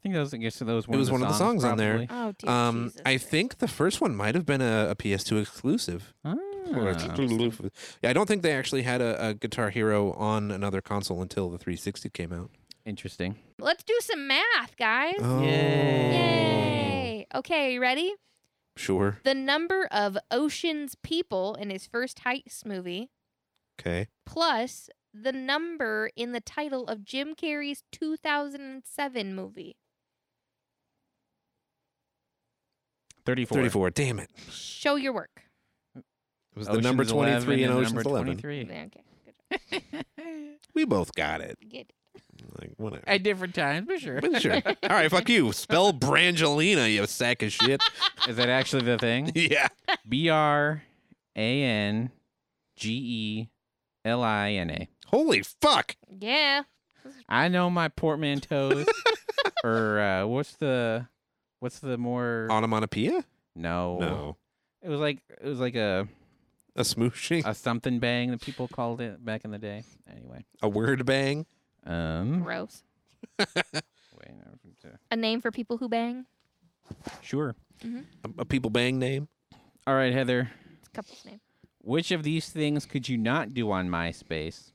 [SPEAKER 1] think those, I guess those
[SPEAKER 3] was one of the songs on there.
[SPEAKER 2] Oh dear.
[SPEAKER 3] Um,
[SPEAKER 2] Jesus
[SPEAKER 3] I
[SPEAKER 2] Christ.
[SPEAKER 3] think the first one might have been a, a PS2 exclusive. Or
[SPEAKER 1] Ah.
[SPEAKER 3] exclusive. Yeah, I don't think they actually had a, a Guitar Hero on another console until the 360 came out.
[SPEAKER 1] Interesting.
[SPEAKER 2] Let's do some math, guys.
[SPEAKER 1] Yay.
[SPEAKER 2] Yay. Okay, you ready?
[SPEAKER 3] Oh. Sure.
[SPEAKER 2] The number of Ocean's people in his first Heist movie
[SPEAKER 3] Okay.
[SPEAKER 2] plus the number in the title of Jim Carrey's 2007 movie.
[SPEAKER 1] 34.
[SPEAKER 3] 34. Damn it.
[SPEAKER 2] Show your work.
[SPEAKER 3] It was the number
[SPEAKER 1] Ocean's 11
[SPEAKER 3] 23 in
[SPEAKER 1] and the
[SPEAKER 3] Ocean's
[SPEAKER 1] number
[SPEAKER 2] <laughs>
[SPEAKER 3] 11.
[SPEAKER 1] 23.
[SPEAKER 2] Okay. Good.
[SPEAKER 3] We both got it.
[SPEAKER 2] Get it.
[SPEAKER 3] Like, whatever.
[SPEAKER 1] At different times, but sure.
[SPEAKER 3] <laughs>
[SPEAKER 2] <laughs>
[SPEAKER 3] But sure. All right, fuck you. Spell Brangelina, you sack of <laughs> shit.
[SPEAKER 1] Is that actually the thing?
[SPEAKER 3] <laughs> yeah.
[SPEAKER 1] B R A N G E L I N A.
[SPEAKER 3] Holy fuck.
[SPEAKER 2] Yeah.
[SPEAKER 1] I know my
[SPEAKER 3] <laughs>
[SPEAKER 1] portmanteaus. or uh, what's the what's the more
[SPEAKER 3] Onomatopoeia? Oh.
[SPEAKER 1] no. It was like it was like a
[SPEAKER 3] A smooshing?
[SPEAKER 1] a something bang that people called it back in the day. Anyway.
[SPEAKER 3] A word bang?
[SPEAKER 1] Um
[SPEAKER 2] Gross.
[SPEAKER 1] wait, no,
[SPEAKER 2] A name for people who bang.
[SPEAKER 1] sure.
[SPEAKER 3] A, a people bang name?
[SPEAKER 1] All right, Heather.
[SPEAKER 2] It's a couple's name.
[SPEAKER 1] Which of these things could you not do on MySpace?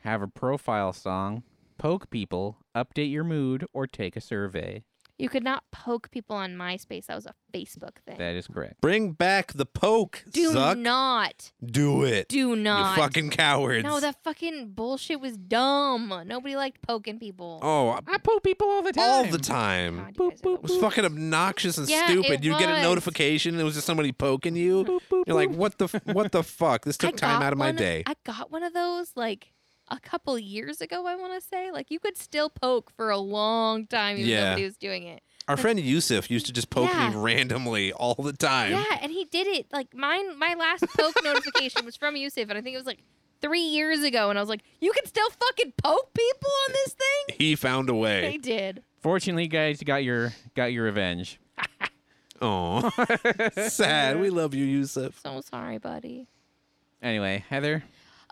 [SPEAKER 1] Have a profile song, poke people, update your mood, or take a survey.
[SPEAKER 2] You could not poke people on MySpace. That was a Facebook thing.
[SPEAKER 1] That is correct.
[SPEAKER 3] Bring back the poke,
[SPEAKER 2] do
[SPEAKER 3] Zuck.
[SPEAKER 2] not.
[SPEAKER 3] Do it.
[SPEAKER 2] Do not.
[SPEAKER 3] You fucking cowards.
[SPEAKER 2] no, that fucking bullshit was dumb. Nobody liked poking people.
[SPEAKER 3] Oh, I-
[SPEAKER 1] I poke people all the time.
[SPEAKER 3] all the time.
[SPEAKER 2] God, you guys
[SPEAKER 1] Boop,
[SPEAKER 2] are
[SPEAKER 1] boop,
[SPEAKER 2] the
[SPEAKER 3] It was fucking obnoxious and
[SPEAKER 2] Yeah,
[SPEAKER 3] stupid.
[SPEAKER 2] it
[SPEAKER 3] You'd get a
[SPEAKER 2] was.
[SPEAKER 3] notification and it was just somebody poking you.
[SPEAKER 1] Boop, boop,
[SPEAKER 3] You're like,
[SPEAKER 1] boop.
[SPEAKER 3] what the f- what the fuck? This took
[SPEAKER 2] I
[SPEAKER 3] time
[SPEAKER 2] got
[SPEAKER 3] out of my
[SPEAKER 2] one-
[SPEAKER 3] day.
[SPEAKER 2] I got one of those like a couple years ago. I want to say like you could still poke for a long time even
[SPEAKER 3] Yeah.
[SPEAKER 2] nobody was doing it.
[SPEAKER 3] Our friend Yusuf used to just poke
[SPEAKER 2] Yeah.
[SPEAKER 3] me randomly all the time.
[SPEAKER 2] Yeah, and he did it like mine. My last poke notification was from Yusuf, and I think it was like three years ago. And I was like, you can still fucking poke people on this thing.
[SPEAKER 3] <laughs> He found a
[SPEAKER 2] They
[SPEAKER 3] way.
[SPEAKER 2] did.
[SPEAKER 1] Fortunately, guys, you got your got your revenge.
[SPEAKER 3] Oh, <laughs> sad. We love you, Yusuf.
[SPEAKER 2] So sorry, buddy.
[SPEAKER 1] Anyway, Heather,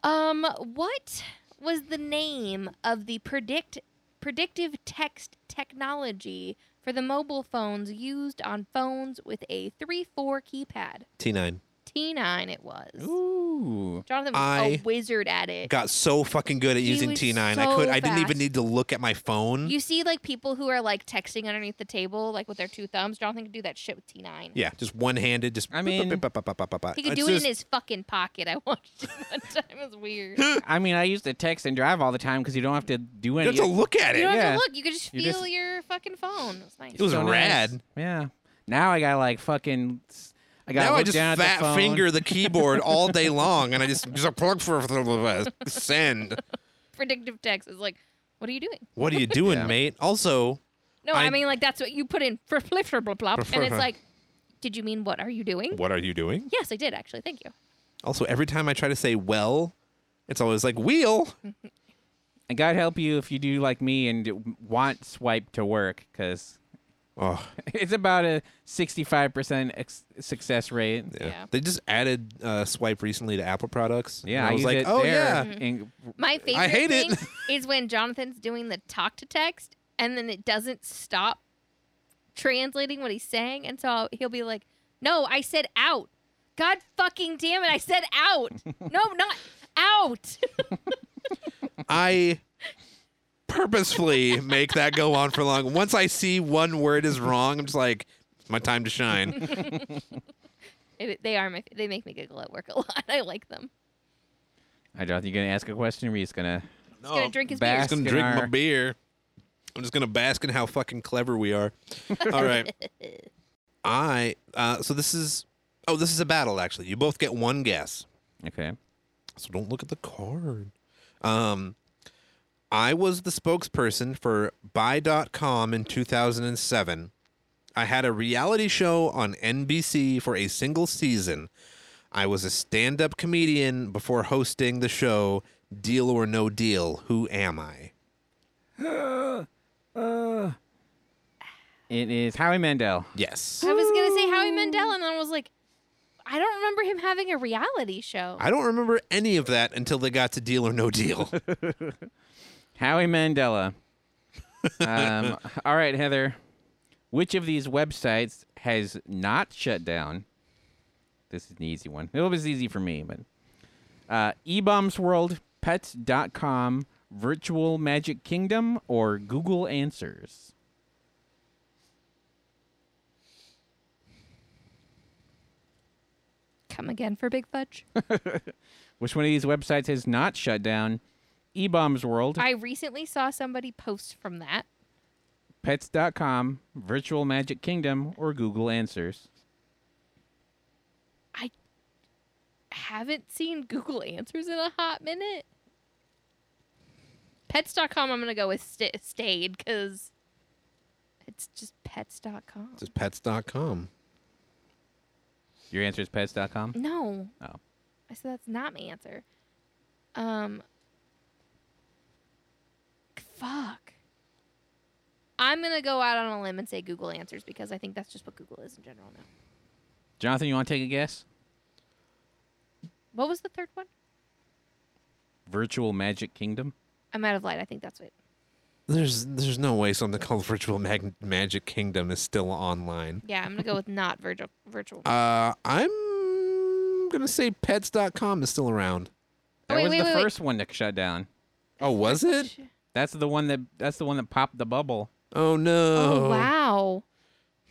[SPEAKER 2] Um, what was the name of the predict predictive text technology for the mobile phones used on phones with a three four keypad?
[SPEAKER 3] T9
[SPEAKER 2] T nine it was.
[SPEAKER 1] ooh,
[SPEAKER 2] Jonathan was
[SPEAKER 3] I
[SPEAKER 2] a wizard at it.
[SPEAKER 3] got so fucking good at
[SPEAKER 2] He
[SPEAKER 3] using
[SPEAKER 2] was
[SPEAKER 3] T9. I
[SPEAKER 2] so
[SPEAKER 3] could. I didn't even
[SPEAKER 2] fast.
[SPEAKER 3] need to look at my phone.
[SPEAKER 2] you see, like people who are like texting underneath the table, like with their two thumbs. Jonathan could do that shit with T nine.
[SPEAKER 3] yeah, just one handed. Just
[SPEAKER 1] I
[SPEAKER 3] bop,
[SPEAKER 1] mean,
[SPEAKER 3] bop, bop, bop, bop, bop, bop, bop.
[SPEAKER 2] He could
[SPEAKER 3] It's
[SPEAKER 2] do it
[SPEAKER 3] just-
[SPEAKER 2] in his fucking pocket. I watched it one <laughs> time. It was
[SPEAKER 3] <laughs>
[SPEAKER 2] weird.
[SPEAKER 1] I mean, I used to text and drive all the time because you don't have to do
[SPEAKER 3] You have
[SPEAKER 1] anything.
[SPEAKER 3] to look at
[SPEAKER 2] You don't
[SPEAKER 3] it.
[SPEAKER 2] have
[SPEAKER 1] Yeah.
[SPEAKER 2] to look. You could just
[SPEAKER 1] You
[SPEAKER 2] feel
[SPEAKER 1] just-
[SPEAKER 2] your fucking phone. It was nice.
[SPEAKER 3] It was rad.
[SPEAKER 1] Yeah. Now I got like fucking. s- I got
[SPEAKER 3] Now I
[SPEAKER 1] look
[SPEAKER 3] just
[SPEAKER 1] down at the
[SPEAKER 3] fat
[SPEAKER 1] phone.
[SPEAKER 3] finger the <laughs> keyboard all day long, and I just just plug for send.
[SPEAKER 2] predictive text is like, what are you doing?
[SPEAKER 3] What are you doing,
[SPEAKER 1] Yeah.
[SPEAKER 3] mate? Also,
[SPEAKER 2] No, I,
[SPEAKER 3] I-
[SPEAKER 2] mean like that's what you put in for flip blah blah blah, and
[SPEAKER 3] <laughs>
[SPEAKER 2] it's like, did you mean what are you doing?
[SPEAKER 3] what are you doing?
[SPEAKER 2] Yes, I did actually. Thank you.
[SPEAKER 3] Also, every time I try to say well, it's always like wheel.
[SPEAKER 1] And God help you if you do like me and d- want swipe to work because
[SPEAKER 3] Oh,
[SPEAKER 1] <laughs> it's about a 65% ex- success rate.
[SPEAKER 3] yeah.
[SPEAKER 2] Yeah.
[SPEAKER 3] They just added uh, swipe recently to Apple products. and
[SPEAKER 1] Yeah,
[SPEAKER 3] I was
[SPEAKER 1] use
[SPEAKER 3] like,
[SPEAKER 1] it
[SPEAKER 3] oh
[SPEAKER 1] there
[SPEAKER 3] yeah, <laughs>
[SPEAKER 1] in-
[SPEAKER 2] My favorite
[SPEAKER 3] hate
[SPEAKER 2] thing
[SPEAKER 3] it. <laughs>
[SPEAKER 2] is when Jonathan's doing the talk to text and then it doesn't stop translating what he's saying. And so he'll be like, No, I said out. God fucking damn it. I said
[SPEAKER 3] <laughs>
[SPEAKER 2] out. no, not out. <laughs>
[SPEAKER 3] I purposefully make that go on for long. Once I see one word is wrong, I'm just like, it's my time
[SPEAKER 2] <laughs>
[SPEAKER 3] to shine.
[SPEAKER 2] It- they are my, they make me giggle at work a <laughs> lot. I like them.
[SPEAKER 1] I don't think you're going to ask a question where he's going to.
[SPEAKER 3] No,
[SPEAKER 2] He's gonna drink his
[SPEAKER 1] Bass.
[SPEAKER 3] I'm just gonna
[SPEAKER 1] Baskin
[SPEAKER 3] drink my
[SPEAKER 1] are-
[SPEAKER 3] beer. I'm just gonna bask in how fucking clever
[SPEAKER 1] <laughs>
[SPEAKER 3] we are. All right.
[SPEAKER 2] beer.
[SPEAKER 3] I uh, so this is oh this is a battle actually. You both get one guess,
[SPEAKER 1] Okay.
[SPEAKER 3] so don't look at the card. Um, I was the spokesperson for Buy.com in 2007. I had a reality show on NBC for a single season. I was a stand-up comedian before hosting the show Deal or No Deal. Who am I?
[SPEAKER 1] It is Howie Mandel.
[SPEAKER 3] Yes.
[SPEAKER 2] I was going to say Howie Mandel and I was like, I don't remember him having a reality show. <laughs>
[SPEAKER 3] I don't remember any of that until they got to Deal or No Deal.
[SPEAKER 1] Howie Mandela. um, all right, Heather. Which of these websites has not shut down? This is an easy one. It was easy for me, but uh, eBombs World, Pets.com, Virtual Magic Kingdom, or Google Answers.
[SPEAKER 2] Come again for Big Fudge.
[SPEAKER 1] Which one of these websites has not shut down? eBombs <laughs> World,
[SPEAKER 2] I recently saw somebody post from that.
[SPEAKER 1] Pets.com, Virtual Magic Kingdom, or Google Answers.
[SPEAKER 2] I haven't seen Google Answers in a hot minute. Pets.com, I'm going to go with st- stayed because it's just pets.com.
[SPEAKER 3] Just pets.com.
[SPEAKER 1] Your answer is Pets.com?
[SPEAKER 2] No.
[SPEAKER 1] Oh.
[SPEAKER 2] I said that's not my answer. Um. Fuck. I'm gonna go out on a limb and say Google Answers because I think that's just what Google is in general now.
[SPEAKER 1] Jonathan, you want to take a guess?
[SPEAKER 2] What was the third one?
[SPEAKER 1] Virtual Magic Kingdom?
[SPEAKER 2] I might have lied. I think that's it.
[SPEAKER 3] There's there's no way something called Virtual Mag- Magic Kingdom is still online.
[SPEAKER 2] Yeah, I'm gonna go with not virtual. Virtual.
[SPEAKER 3] Uh, I'm gonna say pets.com is still around.
[SPEAKER 1] That
[SPEAKER 2] wait,
[SPEAKER 1] was
[SPEAKER 2] wait,
[SPEAKER 1] the
[SPEAKER 2] wait, wait.
[SPEAKER 1] first one to shut down.
[SPEAKER 3] Oh, was it?
[SPEAKER 1] That's the one that that's the one that popped the bubble.
[SPEAKER 3] Oh no!
[SPEAKER 2] Oh wow.
[SPEAKER 3] <laughs>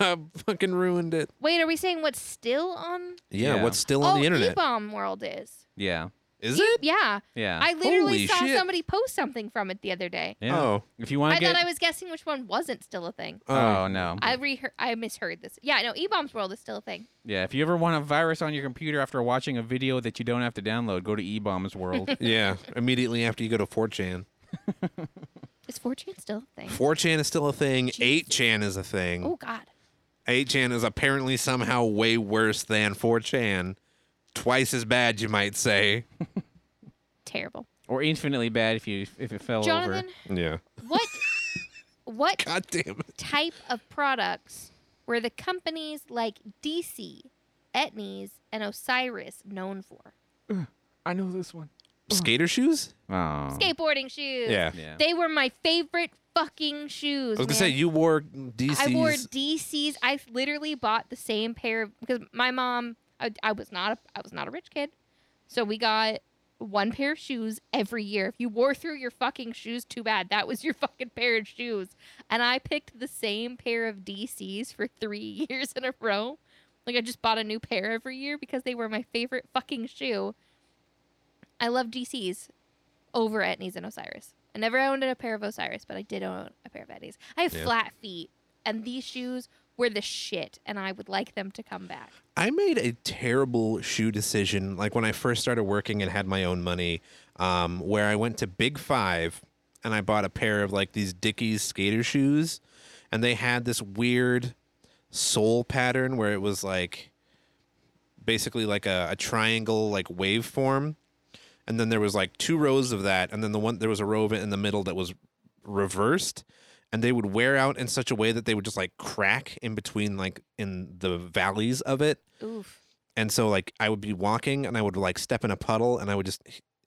[SPEAKER 3] I fucking ruined it.
[SPEAKER 2] Wait, are we saying what's still on?
[SPEAKER 3] Yeah,
[SPEAKER 1] Yeah.
[SPEAKER 3] what's still on
[SPEAKER 2] oh,
[SPEAKER 3] the internet?
[SPEAKER 2] E-bomb World is.
[SPEAKER 1] Yeah.
[SPEAKER 3] Is it?
[SPEAKER 2] Yeah.
[SPEAKER 1] Yeah.
[SPEAKER 2] I literally
[SPEAKER 3] Holy
[SPEAKER 2] saw
[SPEAKER 3] shit.
[SPEAKER 2] somebody post something from it the other day.
[SPEAKER 1] yeah.
[SPEAKER 3] Oh.
[SPEAKER 1] If you want
[SPEAKER 2] I
[SPEAKER 1] to get
[SPEAKER 2] thought I was guessing which one wasn't still a thing.
[SPEAKER 1] Oh no.
[SPEAKER 2] I rehear I misheard this. Yeah, no, E-bombs World is still a thing.
[SPEAKER 1] yeah, if you ever want a virus on your computer after watching a video that you don't have to download, go to eBombs
[SPEAKER 2] <laughs>
[SPEAKER 1] World.
[SPEAKER 3] yeah, immediately after you go to 4chan.
[SPEAKER 2] Is 4chan still a thing?
[SPEAKER 3] 4chan is still a thing. 8chan is a thing.
[SPEAKER 2] Oh God.
[SPEAKER 3] 8chan is apparently somehow way worse than 4chan. Twice as bad, you might say.
[SPEAKER 2] Terrible.
[SPEAKER 1] or infinitely bad if you if it fell
[SPEAKER 2] Jonathan,
[SPEAKER 1] over.
[SPEAKER 3] Yeah.
[SPEAKER 2] what what
[SPEAKER 3] God damn it.
[SPEAKER 2] type of products were the companies like DC, Etnies, and Osiris known for?
[SPEAKER 1] I know this one.
[SPEAKER 3] Skater shoes?
[SPEAKER 1] Oh.
[SPEAKER 2] Skateboarding shoes.
[SPEAKER 1] Yeah.
[SPEAKER 2] They were my favorite fucking shoes.
[SPEAKER 3] I was gonna
[SPEAKER 2] man.
[SPEAKER 3] say you wore DC's.
[SPEAKER 2] I wore DCs. I literally bought the same pair of, because my mom. I, I was not a, I was not a rich kid, so we got one pair of shoes every year. If you wore through your fucking shoes, too bad. That was your <laughs> fucking pair of shoes. And I picked the same pair of DCs for three <laughs> years in a row. Like I just bought a new pair every year because they were my favorite fucking shoe. I love DCs over Etnies and Osiris. I never owned a pair of Osiris, but I did own a pair of Etnies. I have
[SPEAKER 3] Yeah.
[SPEAKER 2] flat feet, and these shoes were the shit, and I would like them to come back.
[SPEAKER 3] I made a terrible shoe decision. Like when I first started working and had my own money, um, where I went to Big Five and I bought a pair of like these Dickies skater shoes, and they had this weird sole pattern where it was like basically like a, a triangle like waveform, and then there was like two rows of that, and then the one there was a row of it in the middle that was reversed and they would wear out in such a way that they would just like crack in between like in the valleys of it
[SPEAKER 2] Oof.
[SPEAKER 3] and so like i would be walking and i would like step in a puddle and i would just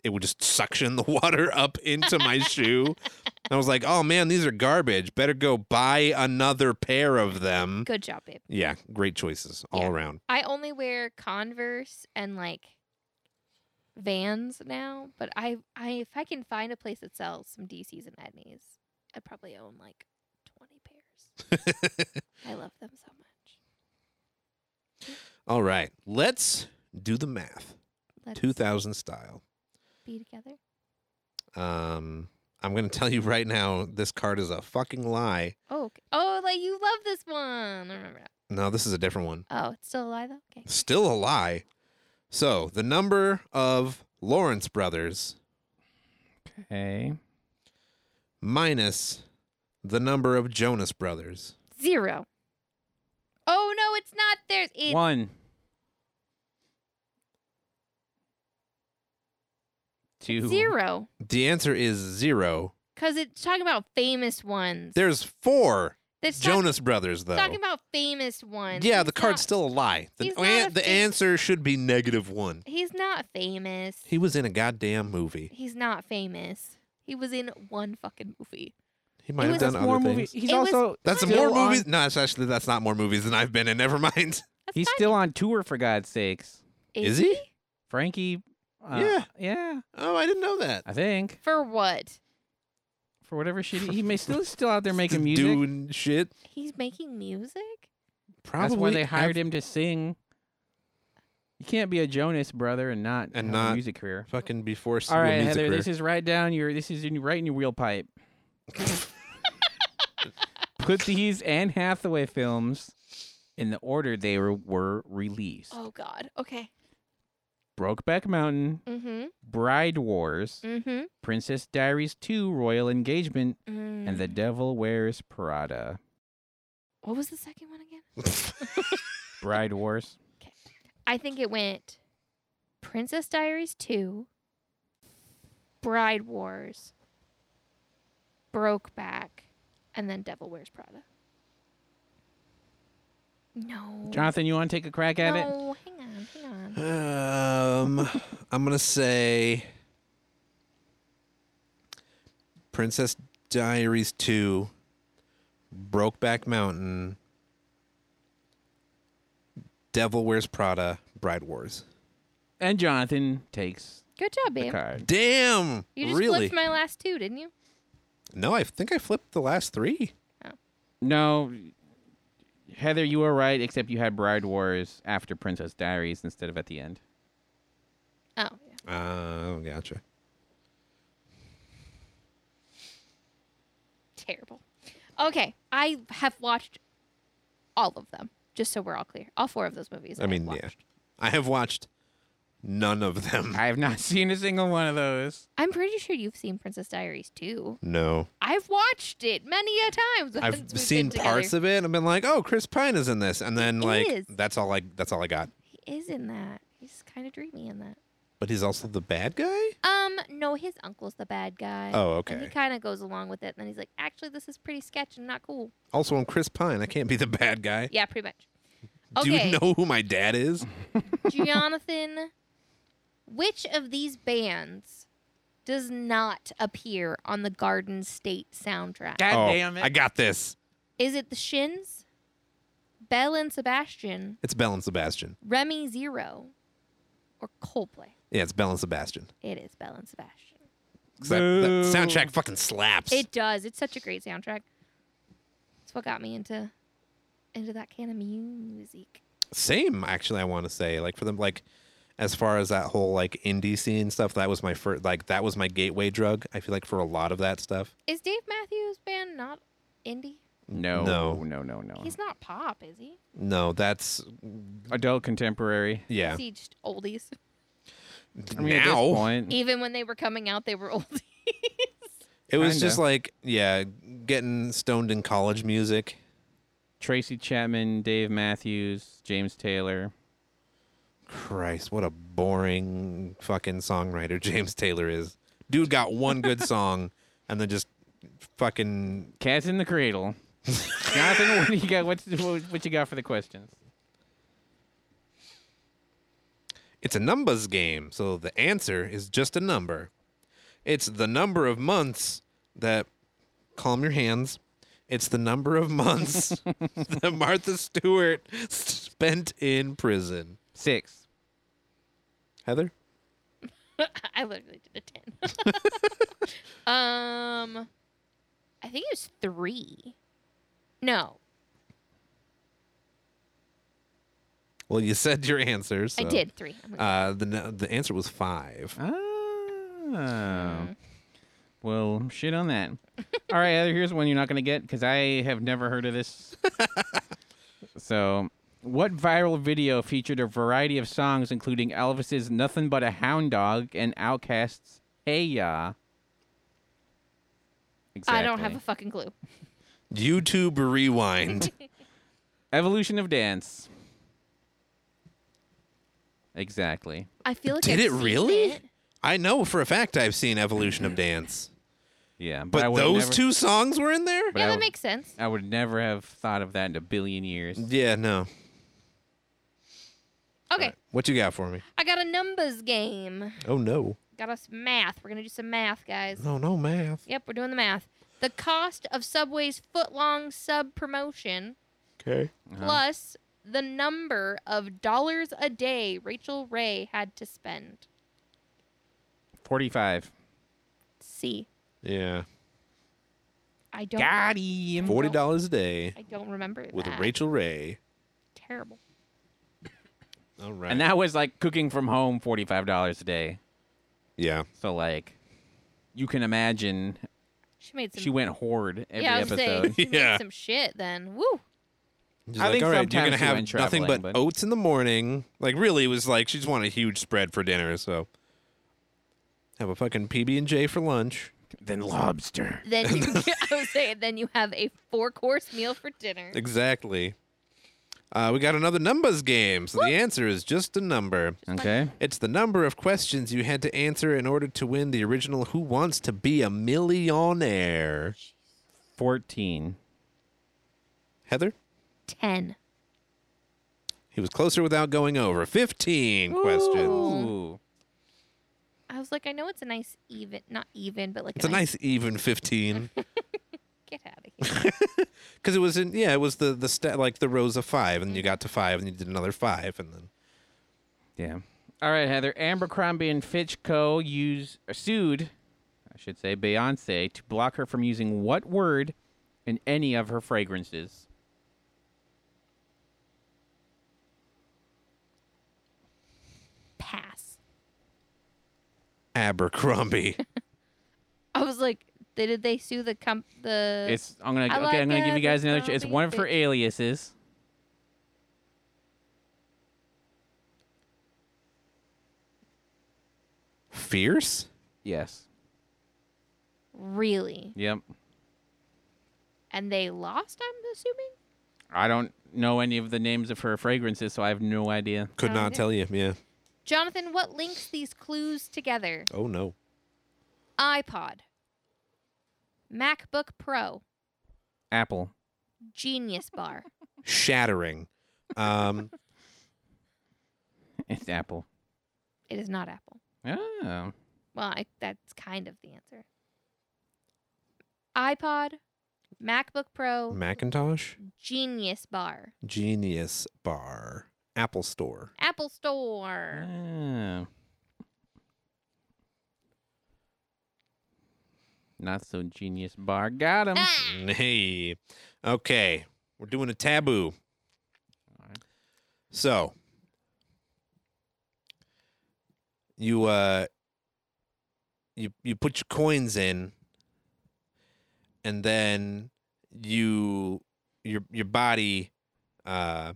[SPEAKER 3] it would just suction the <laughs> water up into my shoe and i was like oh man these are garbage better go buy another pair of them
[SPEAKER 2] Good job, babe.
[SPEAKER 3] yeah great choices all
[SPEAKER 2] Yeah.
[SPEAKER 3] around
[SPEAKER 2] I only wear Converse and like Vans now, but I, I if I can find a place that sells some DCs and Etnies, I'd probably own like twenty pairs. I love them so much.
[SPEAKER 3] all right let's do the math
[SPEAKER 2] Let's
[SPEAKER 3] 2000 style
[SPEAKER 2] be together.
[SPEAKER 3] um i'm gonna tell you right now this card is a fucking lie
[SPEAKER 2] Oh, okay. oh, like you love this one. I remember now.
[SPEAKER 3] no this is a different one
[SPEAKER 2] Oh, it's still alive though. Okay.
[SPEAKER 3] Still a lie. So the number of Lawrence brothers
[SPEAKER 1] Okay.
[SPEAKER 3] minus the number of Jonas brothers.
[SPEAKER 2] Zero. Oh no, it's not theirs. It,
[SPEAKER 1] One. Two.
[SPEAKER 2] zero.
[SPEAKER 3] The answer is zero.
[SPEAKER 2] Because it's talking about famous ones.
[SPEAKER 3] There's four
[SPEAKER 2] It's talk-
[SPEAKER 3] Jonas brothers though.
[SPEAKER 2] talking about famous ones.
[SPEAKER 3] yeah,
[SPEAKER 2] He's
[SPEAKER 3] the
[SPEAKER 2] not-
[SPEAKER 3] card's still a lie. The,
[SPEAKER 2] he's not
[SPEAKER 3] an-
[SPEAKER 2] a
[SPEAKER 3] the
[SPEAKER 2] fa-
[SPEAKER 3] answer should be negative one.
[SPEAKER 2] He's not famous.
[SPEAKER 3] He was in a goddamn movie.
[SPEAKER 2] He's not famous. He He was in one fucking movie.
[SPEAKER 3] He might have
[SPEAKER 2] was-
[SPEAKER 3] done
[SPEAKER 2] That's
[SPEAKER 3] other
[SPEAKER 1] more
[SPEAKER 3] things.
[SPEAKER 1] movie. He's
[SPEAKER 2] It was-
[SPEAKER 1] also
[SPEAKER 3] That's
[SPEAKER 1] still
[SPEAKER 3] more
[SPEAKER 1] on-
[SPEAKER 3] movies. No, that's actually that's not more movies than I've been in. <laughs> Never mind.
[SPEAKER 2] That's
[SPEAKER 1] He's
[SPEAKER 2] fine.
[SPEAKER 1] still on tour for God's sakes.
[SPEAKER 3] Is he?
[SPEAKER 1] Frankie. Uh,
[SPEAKER 3] Yeah.
[SPEAKER 1] yeah.
[SPEAKER 3] Oh, I didn't know that.
[SPEAKER 1] I think
[SPEAKER 2] For what?
[SPEAKER 1] for whatever shit he, he may still still out
[SPEAKER 3] <laughs>
[SPEAKER 1] there making music.
[SPEAKER 3] Doing shit.
[SPEAKER 2] He's making music?
[SPEAKER 3] Probably.
[SPEAKER 1] That's why they hired him to sing. You can't be a Jonas brother and not
[SPEAKER 3] And
[SPEAKER 1] have
[SPEAKER 3] not-
[SPEAKER 1] a music career.
[SPEAKER 3] Fucking before
[SPEAKER 1] All right,
[SPEAKER 3] music
[SPEAKER 1] Heather.
[SPEAKER 3] career.
[SPEAKER 1] This is right down your. This is in, right in your wheelpipe. Put these Anne Hathaway films in the order they were, were released:
[SPEAKER 2] Oh God. Okay.
[SPEAKER 1] Brokeback Mountain,
[SPEAKER 2] Mm-hmm.
[SPEAKER 1] Bride Wars,
[SPEAKER 2] Mm-hmm.
[SPEAKER 1] Princess Diaries 2: Royal Engagement,
[SPEAKER 2] Mm.
[SPEAKER 1] and The Devil Wears Prada.
[SPEAKER 2] what was the second one again?
[SPEAKER 3] <laughs>
[SPEAKER 1] Bride Wars.
[SPEAKER 2] I think it went Princess Diaries 2, Bride Wars, Brokeback, and then Devil Wears Prada. No.
[SPEAKER 1] Jonathan, you want to take a crack at it?
[SPEAKER 2] Mm. no, hang on, hang on.
[SPEAKER 3] um, I'm gonna say Princess Diaries two, Brokeback Mountain, Devil Wears Prada, Bride Wars.
[SPEAKER 1] And Jonathan takes
[SPEAKER 2] Good job,
[SPEAKER 1] the
[SPEAKER 2] babe.
[SPEAKER 1] card.
[SPEAKER 3] Damn!
[SPEAKER 2] You just
[SPEAKER 3] really?
[SPEAKER 2] flipped my last two, didn't you?
[SPEAKER 3] no, I think I flipped the last three.
[SPEAKER 1] No, Heather, you were right, except you had Bride Wars after Princess Diaries instead of at the end.
[SPEAKER 2] Oh, yeah.
[SPEAKER 3] Oh, gotcha.
[SPEAKER 2] Terrible. Okay, I have watched all of them, just so we're all clear. All four of those movies.
[SPEAKER 3] I
[SPEAKER 2] have
[SPEAKER 3] mean,
[SPEAKER 2] watched.
[SPEAKER 3] yeah. I have watched none of them.
[SPEAKER 1] I have not <laughs> seen a single one of those.
[SPEAKER 2] I'm pretty sure you've seen Princess Diaries too.
[SPEAKER 3] No.
[SPEAKER 2] I've watched it many a times.
[SPEAKER 3] I've
[SPEAKER 2] since we've
[SPEAKER 3] seen
[SPEAKER 2] been
[SPEAKER 3] parts
[SPEAKER 2] together.
[SPEAKER 3] of it and been like, "Oh, Chris Pine is in this." And then
[SPEAKER 2] He
[SPEAKER 3] like
[SPEAKER 2] is.
[SPEAKER 3] that's all I that's all I got.
[SPEAKER 2] He is in that. He's kind of dreamy in that.
[SPEAKER 3] But he's also the bad guy?
[SPEAKER 2] Um, no, his uncle's the bad guy.
[SPEAKER 3] Oh,
[SPEAKER 2] And he
[SPEAKER 3] okay.
[SPEAKER 2] kind of goes along with it, and then he's like, "Actually, this is pretty sketch and not cool."
[SPEAKER 3] Also, I'm Chris Pine. I can't be the bad guy.
[SPEAKER 2] Yeah, pretty much.
[SPEAKER 3] <laughs> Do
[SPEAKER 2] Okay.
[SPEAKER 3] you know <laughs> who my dad is?
[SPEAKER 2] Jonathan, which of these bands does not appear on the Garden State soundtrack?
[SPEAKER 1] God
[SPEAKER 3] oh,
[SPEAKER 1] damn it.
[SPEAKER 3] I got this.
[SPEAKER 2] Is it the Shins, Belle and Sebastian,
[SPEAKER 3] It's Bell and Sebastian.
[SPEAKER 2] Remy Zero, or Coldplay?
[SPEAKER 3] Yeah, it's Bell and Sebastian.
[SPEAKER 2] It is Belle and Sebastian.
[SPEAKER 3] 'Cause That, that
[SPEAKER 1] Boo.
[SPEAKER 3] soundtrack fucking slaps.
[SPEAKER 2] It does. It's such a great soundtrack. It's what got me into into that kind of music.
[SPEAKER 3] Same, actually. I want to say, like for them, like as far as that whole like indie scene stuff, that was my first. Like that was my gateway drug. I feel like for a lot of that stuff.
[SPEAKER 2] Is Dave Matthews Band not indie?
[SPEAKER 1] no,
[SPEAKER 3] No.
[SPEAKER 1] no, no, no, no.
[SPEAKER 2] He's not pop, is he?
[SPEAKER 3] No, that's
[SPEAKER 1] Adult contemporary.
[SPEAKER 3] yeah.
[SPEAKER 2] Is he just oldies?
[SPEAKER 1] I mean, at this
[SPEAKER 3] now
[SPEAKER 1] point,
[SPEAKER 2] Even when they were coming out, they were <laughs> oldies.
[SPEAKER 3] It was
[SPEAKER 1] Kinda.
[SPEAKER 3] just like, yeah, getting stoned in college music.
[SPEAKER 1] Tracy Chapman, Dave Matthews, James Taylor.
[SPEAKER 3] Christ, what a boring fucking songwriter <laughs> James Taylor is. Dude got one good song and then just fucking
[SPEAKER 1] Cats in the <laughs> Cradle. Jonathan, what do you got? What's, what, what you got for the questions?
[SPEAKER 3] it's a numbers game, so the answer is just a number. It's the number of months that calm your hands. It's the number of months that Martha Stewart spent in prison.
[SPEAKER 1] Six.
[SPEAKER 3] Heather?
[SPEAKER 2] I literally did a
[SPEAKER 3] <laughs>
[SPEAKER 2] ten. um, I think it was three. No,
[SPEAKER 3] Well, you said your answer.
[SPEAKER 2] I
[SPEAKER 3] so-
[SPEAKER 2] did three. I'm gonna-
[SPEAKER 3] Uh, the n- the answer was five.
[SPEAKER 1] Ah.
[SPEAKER 2] Hmm.
[SPEAKER 1] Oh. Well, shit on that. <laughs> All right, Heather, here's one you're not going to get because I have never heard of
[SPEAKER 2] <laughs>
[SPEAKER 1] this. so, what viral video featured a variety of songs, including Elvis's Nothing But a Hound Dog and Outkast's Hey Ya? Exactly.
[SPEAKER 2] I don't have a fucking clue.
[SPEAKER 3] YouTube Rewind.
[SPEAKER 1] Evolution of Dance. Exactly.
[SPEAKER 2] I feel like
[SPEAKER 3] Did
[SPEAKER 2] I've
[SPEAKER 3] it
[SPEAKER 2] seen
[SPEAKER 3] really?
[SPEAKER 2] it.
[SPEAKER 3] I know for a fact I've seen Evolution of Dance,
[SPEAKER 1] Yeah. But, I
[SPEAKER 3] but
[SPEAKER 1] would
[SPEAKER 3] those
[SPEAKER 1] never-
[SPEAKER 3] two songs were in there.
[SPEAKER 1] But
[SPEAKER 2] yeah,
[SPEAKER 1] I
[SPEAKER 2] that
[SPEAKER 1] would-
[SPEAKER 2] makes sense.
[SPEAKER 1] I would never have thought of that in a billion years.
[SPEAKER 3] Yeah, no.
[SPEAKER 2] Okay,
[SPEAKER 3] What you got for me?
[SPEAKER 2] I got a numbers game.
[SPEAKER 3] Oh no.
[SPEAKER 2] Got us math. We're gonna do some math,
[SPEAKER 3] <laughs>
[SPEAKER 2] guys.
[SPEAKER 3] No, no math.
[SPEAKER 2] Yep, we're doing the math. The cost of Subway's footlong sub promotion
[SPEAKER 3] Okay.
[SPEAKER 2] plus the number of dollars a day Rachel Ray had to spend.
[SPEAKER 1] Forty-five.
[SPEAKER 2] C.
[SPEAKER 3] Yeah.
[SPEAKER 2] I don't.
[SPEAKER 1] Got him.
[SPEAKER 3] Forty dollars a day
[SPEAKER 2] I don't remember
[SPEAKER 3] with
[SPEAKER 2] that.
[SPEAKER 3] Rachel Ray.
[SPEAKER 2] Terrible.
[SPEAKER 3] All right.
[SPEAKER 1] And that was like cooking from home, forty-five dollars a day.
[SPEAKER 3] yeah.
[SPEAKER 1] So like, you can imagine
[SPEAKER 2] She made some.
[SPEAKER 1] she went hoard every
[SPEAKER 2] yeah, I was gonna say, <laughs>
[SPEAKER 1] episode.
[SPEAKER 2] she made
[SPEAKER 3] Yeah.
[SPEAKER 2] some shit then. Woo.
[SPEAKER 3] She's
[SPEAKER 1] I
[SPEAKER 3] like,
[SPEAKER 1] think
[SPEAKER 3] all right, you're
[SPEAKER 1] sometimes
[SPEAKER 3] gonna
[SPEAKER 1] she
[SPEAKER 3] have
[SPEAKER 1] went
[SPEAKER 3] nothing but,
[SPEAKER 1] traveling, but-
[SPEAKER 3] oats in the morning. Like, really, it was like she just wanted a huge spread for dinner. So, have a fucking PB and J for lunch.
[SPEAKER 1] then lobster.
[SPEAKER 2] Then
[SPEAKER 3] <laughs>
[SPEAKER 2] you, <laughs> I was saying, then you have a four course meal for dinner.
[SPEAKER 3] Exactly. Uh, we got another numbers game. So the answer is just a number.
[SPEAKER 1] Okay.
[SPEAKER 3] It's the number of questions you had to answer in order to win the original Who Wants to Be a Millionaire?
[SPEAKER 1] Fourteen.
[SPEAKER 3] Heather?
[SPEAKER 2] Ten.
[SPEAKER 3] He was closer without going over. 15 questions.
[SPEAKER 1] Ooh.
[SPEAKER 2] I was like, I know it's a nice even, not even, but like
[SPEAKER 3] It's a nice even 15.
[SPEAKER 2] Get out of here.
[SPEAKER 3] Because it was in, yeah, it was the, the stat, like the rows of five, and you got to five, and you did another five, and then.
[SPEAKER 1] Yeah. All right, Heather. Abercrombie and Fitch Co. use or sued, I should say, Beyonce to block her from using what word in any of her fragrances.
[SPEAKER 2] Pass.
[SPEAKER 3] <laughs> Abercrombie.
[SPEAKER 2] I was like, they, did they sue the comp? The
[SPEAKER 1] It's I'm gonna
[SPEAKER 2] I
[SPEAKER 1] okay.
[SPEAKER 2] like
[SPEAKER 1] I'm gonna give you guys another. Ch- it's
[SPEAKER 2] Abercrombie
[SPEAKER 1] one for
[SPEAKER 2] Fitch.
[SPEAKER 1] aliases.
[SPEAKER 3] Fierce?
[SPEAKER 1] Yes.
[SPEAKER 2] really,
[SPEAKER 1] Yep.
[SPEAKER 2] and they lost. I'm assuming.
[SPEAKER 1] I don't know any of the names of her fragrances, so I have no idea.
[SPEAKER 3] Could not
[SPEAKER 2] Okay.
[SPEAKER 3] tell you. Oh, Yeah.
[SPEAKER 2] Jonathan, what links these clues together?
[SPEAKER 3] Oh, no.
[SPEAKER 2] iPod, MacBook Pro,
[SPEAKER 1] Apple. <laughs>
[SPEAKER 2] Genius Bar.
[SPEAKER 3] Shattering. <laughs> Um,
[SPEAKER 1] It's Apple.
[SPEAKER 2] It is not Apple.
[SPEAKER 1] Oh.
[SPEAKER 2] Well, I, that's kind of the answer. iPod, MacBook Pro,
[SPEAKER 3] Macintosh?
[SPEAKER 2] Genius Bar,
[SPEAKER 3] Genius Bar. Apple Store.
[SPEAKER 2] Apple Store.
[SPEAKER 1] Oh. Not so genius bar. Got him.
[SPEAKER 2] Ah!
[SPEAKER 3] Mm, Hey. Okay. We're doing a taboo.
[SPEAKER 1] Alright.
[SPEAKER 3] So you uh you you put your coins in and then you your your body uh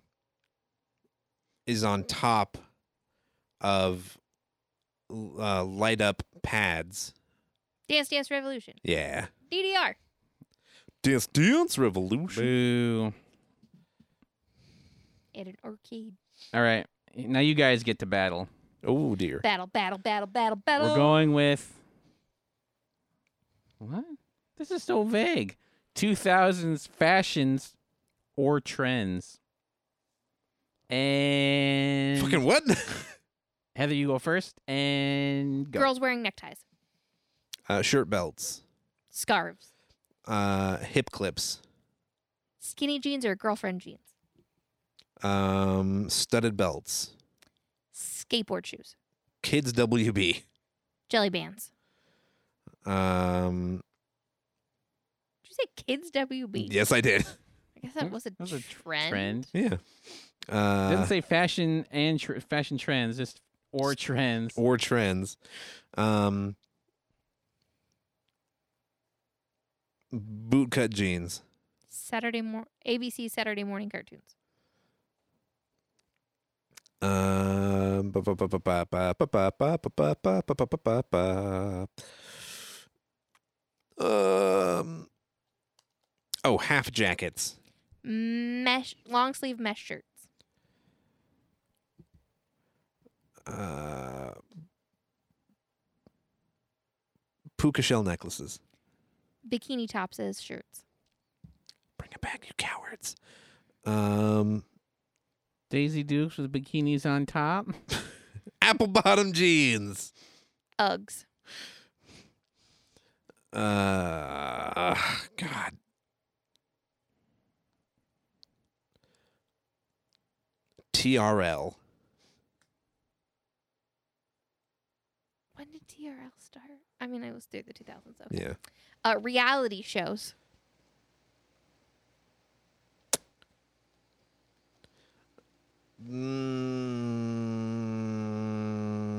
[SPEAKER 3] is on top of l- uh, light up pads.
[SPEAKER 2] Dance Dance Revolution.
[SPEAKER 3] Yeah.
[SPEAKER 2] DDR.
[SPEAKER 3] Dance Dance Revolution.
[SPEAKER 1] Boo.
[SPEAKER 2] At an arcade.
[SPEAKER 1] All right. Now you guys get to battle.
[SPEAKER 3] Oh dear.
[SPEAKER 2] Battle, battle, battle, battle, battle.
[SPEAKER 1] We're going with. What? This is so vague. 2000s fashions or trends. And.
[SPEAKER 3] Fucking what?
[SPEAKER 1] Heather, you go first and go.
[SPEAKER 2] Girls wearing neckties,
[SPEAKER 3] <laughs> uh, shirt belts,
[SPEAKER 2] scarves,
[SPEAKER 3] uh, hip clips,
[SPEAKER 2] skinny jeans or girlfriend jeans,
[SPEAKER 3] um, studded belts,
[SPEAKER 2] skateboard shoes,
[SPEAKER 3] kids WB,
[SPEAKER 2] jelly bands.
[SPEAKER 3] um,
[SPEAKER 2] Did you say kids WB?
[SPEAKER 3] yes, I did. <laughs>
[SPEAKER 2] I guess that was a,
[SPEAKER 1] was a tr-
[SPEAKER 2] trend.
[SPEAKER 1] trend.
[SPEAKER 3] Yeah.
[SPEAKER 1] It
[SPEAKER 3] Uh,
[SPEAKER 1] doesn't say fashion and tr- fashion trends, just or trends.
[SPEAKER 3] or trends, um, bootcut jeans,
[SPEAKER 2] Saturday mor- ABC Saturday morning cartoons.
[SPEAKER 3] um, ba- ba- ba- ba- ba- ba- ba- ba- ba- ba- ba- ba- ba- ba- ba- ba- um, oh, half jackets.
[SPEAKER 2] Mesh long sleeve mesh shirts.
[SPEAKER 3] uh, puka shell necklaces.
[SPEAKER 2] Bikini tops as shirts.
[SPEAKER 3] Bring it back, you cowards. Um,
[SPEAKER 1] Daisy Dukes with bikinis on top.
[SPEAKER 3] apple bottom jeans.
[SPEAKER 2] Uggs.
[SPEAKER 3] Uh, God. TRL.
[SPEAKER 2] When did TRL start? I mean, I was through the 2000s. Okay.
[SPEAKER 3] Yeah.
[SPEAKER 2] Uh, reality shows.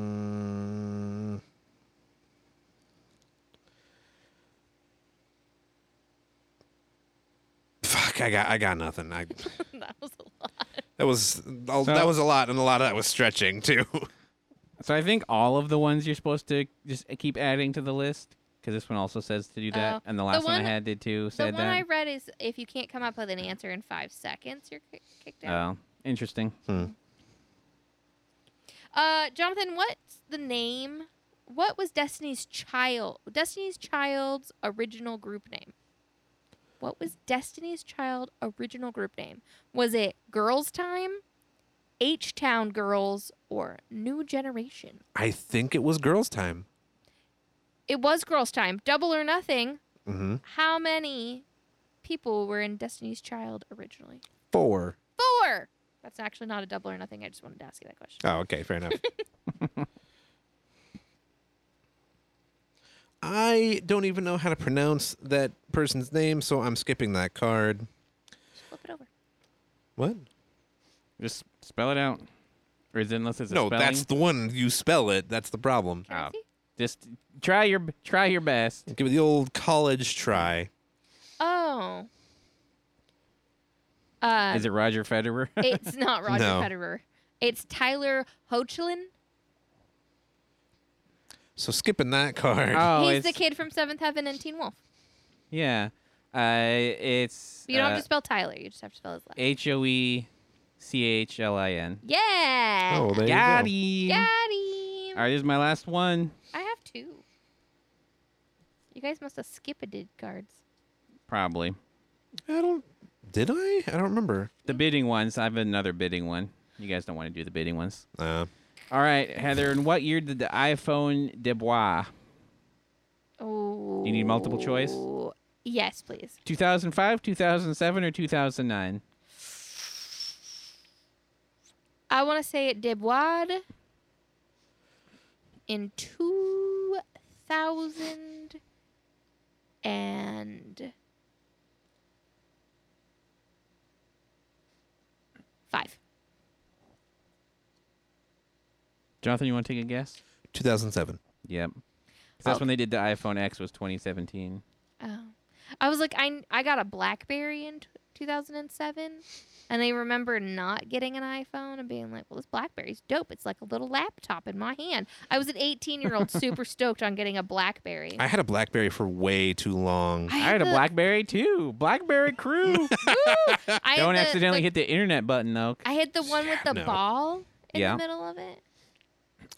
[SPEAKER 3] Mm. Fuck, I got I got nothing.
[SPEAKER 2] <laughs>
[SPEAKER 3] I
[SPEAKER 2] that was a lot.
[SPEAKER 3] that was all,
[SPEAKER 1] So-
[SPEAKER 3] that was a lot and a lot of that was stretching too.
[SPEAKER 2] <laughs>
[SPEAKER 1] So I think all of the ones you're supposed to just keep adding to the list because this one also says to do that,
[SPEAKER 2] Oh,
[SPEAKER 1] and the
[SPEAKER 2] the
[SPEAKER 1] last one,
[SPEAKER 2] one-
[SPEAKER 1] I had did too
[SPEAKER 2] The
[SPEAKER 1] said
[SPEAKER 2] one I
[SPEAKER 1] that.
[SPEAKER 2] read is if you can't come up with an answer in five seconds, you're ki- kicked out.
[SPEAKER 1] oh, interesting.
[SPEAKER 2] Uh, Jonathan, what's the name? What was Destiny's Child? Destiny's Child's original group name. What was Destiny's Child original group name? Was it Girls Time, H Town Girls, or New Generation?
[SPEAKER 3] I think it was girls' time.
[SPEAKER 2] It was Girls Time. Double or Nothing.
[SPEAKER 3] Mm-hmm.
[SPEAKER 2] How many people were in Destiny's Child originally?
[SPEAKER 3] Four.
[SPEAKER 2] Four. That's actually not a double or nothing. I just wanted to ask you that question.
[SPEAKER 3] Oh,
[SPEAKER 2] <laughs>
[SPEAKER 3] okay, fair enough. I don't even know how to pronounce that person's name, so I'm skipping that card.
[SPEAKER 2] Just flip it over.
[SPEAKER 3] What?
[SPEAKER 1] Just spell it out, or is it, unless it's a
[SPEAKER 3] No,
[SPEAKER 1] spelling?
[SPEAKER 3] that's the one you spell it. That's the problem.
[SPEAKER 2] Can I
[SPEAKER 1] Oh.
[SPEAKER 2] see?
[SPEAKER 1] Just try your try your best.
[SPEAKER 3] Give it the old college try.
[SPEAKER 2] Oh. Uh,
[SPEAKER 1] is <laughs> it Roger Federer?
[SPEAKER 2] it's not Roger
[SPEAKER 3] No.
[SPEAKER 2] Federer. It's Tyler Hoechlin.
[SPEAKER 3] So skipping that card.
[SPEAKER 1] <laughs> oh,
[SPEAKER 2] He's
[SPEAKER 1] it's,
[SPEAKER 2] the kid from Seventh Heaven and Teen Wolf.
[SPEAKER 1] yeah. Uh, it's
[SPEAKER 2] You don't
[SPEAKER 1] uh,
[SPEAKER 2] have to spell Tyler. You just have to spell his last.
[SPEAKER 1] H O E C H L I N.
[SPEAKER 2] yeah.
[SPEAKER 3] Oh, there
[SPEAKER 1] Got
[SPEAKER 3] you
[SPEAKER 1] him.
[SPEAKER 2] Got him.
[SPEAKER 1] All right, here's my last one.
[SPEAKER 2] I have two. You guys must have skipped did cards.
[SPEAKER 1] Probably
[SPEAKER 3] go. I don't. Did I? I don't remember.
[SPEAKER 1] the bidding ones. I have another bidding one. You guys don't want to do the bidding ones.
[SPEAKER 3] Uh,
[SPEAKER 1] All right, Heather. In what year did the iPhone debut?
[SPEAKER 2] Oh.
[SPEAKER 1] you need multiple choice?
[SPEAKER 2] Yes, please.
[SPEAKER 1] 2005, 2007, or 2009?
[SPEAKER 2] I want to say it debuted in 2000 and five.
[SPEAKER 1] Jonathan, you want to take a guess?
[SPEAKER 3] 2007.
[SPEAKER 1] Yep. 'Cause That's
[SPEAKER 2] Oh.
[SPEAKER 1] when they did the iPhone X. Was 2017.
[SPEAKER 2] Oh. I was like, I, I got a Blackberry in t- 2007, and I remember not getting an iPhone and being like, well, this Blackberry's dope. It's like a little laptop in my hand. I was an 18
[SPEAKER 1] <laughs>
[SPEAKER 2] year old super stoked on getting a Blackberry.
[SPEAKER 3] I had a BlackBerry for way too long.
[SPEAKER 1] I had a
[SPEAKER 2] the-
[SPEAKER 1] BlackBerry too. BlackBerry Crew.
[SPEAKER 2] <laughs> I had
[SPEAKER 1] Don't
[SPEAKER 2] the-
[SPEAKER 1] accidentally
[SPEAKER 2] the-
[SPEAKER 1] hit the internet button though.
[SPEAKER 2] I had the one with the
[SPEAKER 3] No.
[SPEAKER 2] ball in
[SPEAKER 1] Yeah.
[SPEAKER 2] the middle of it.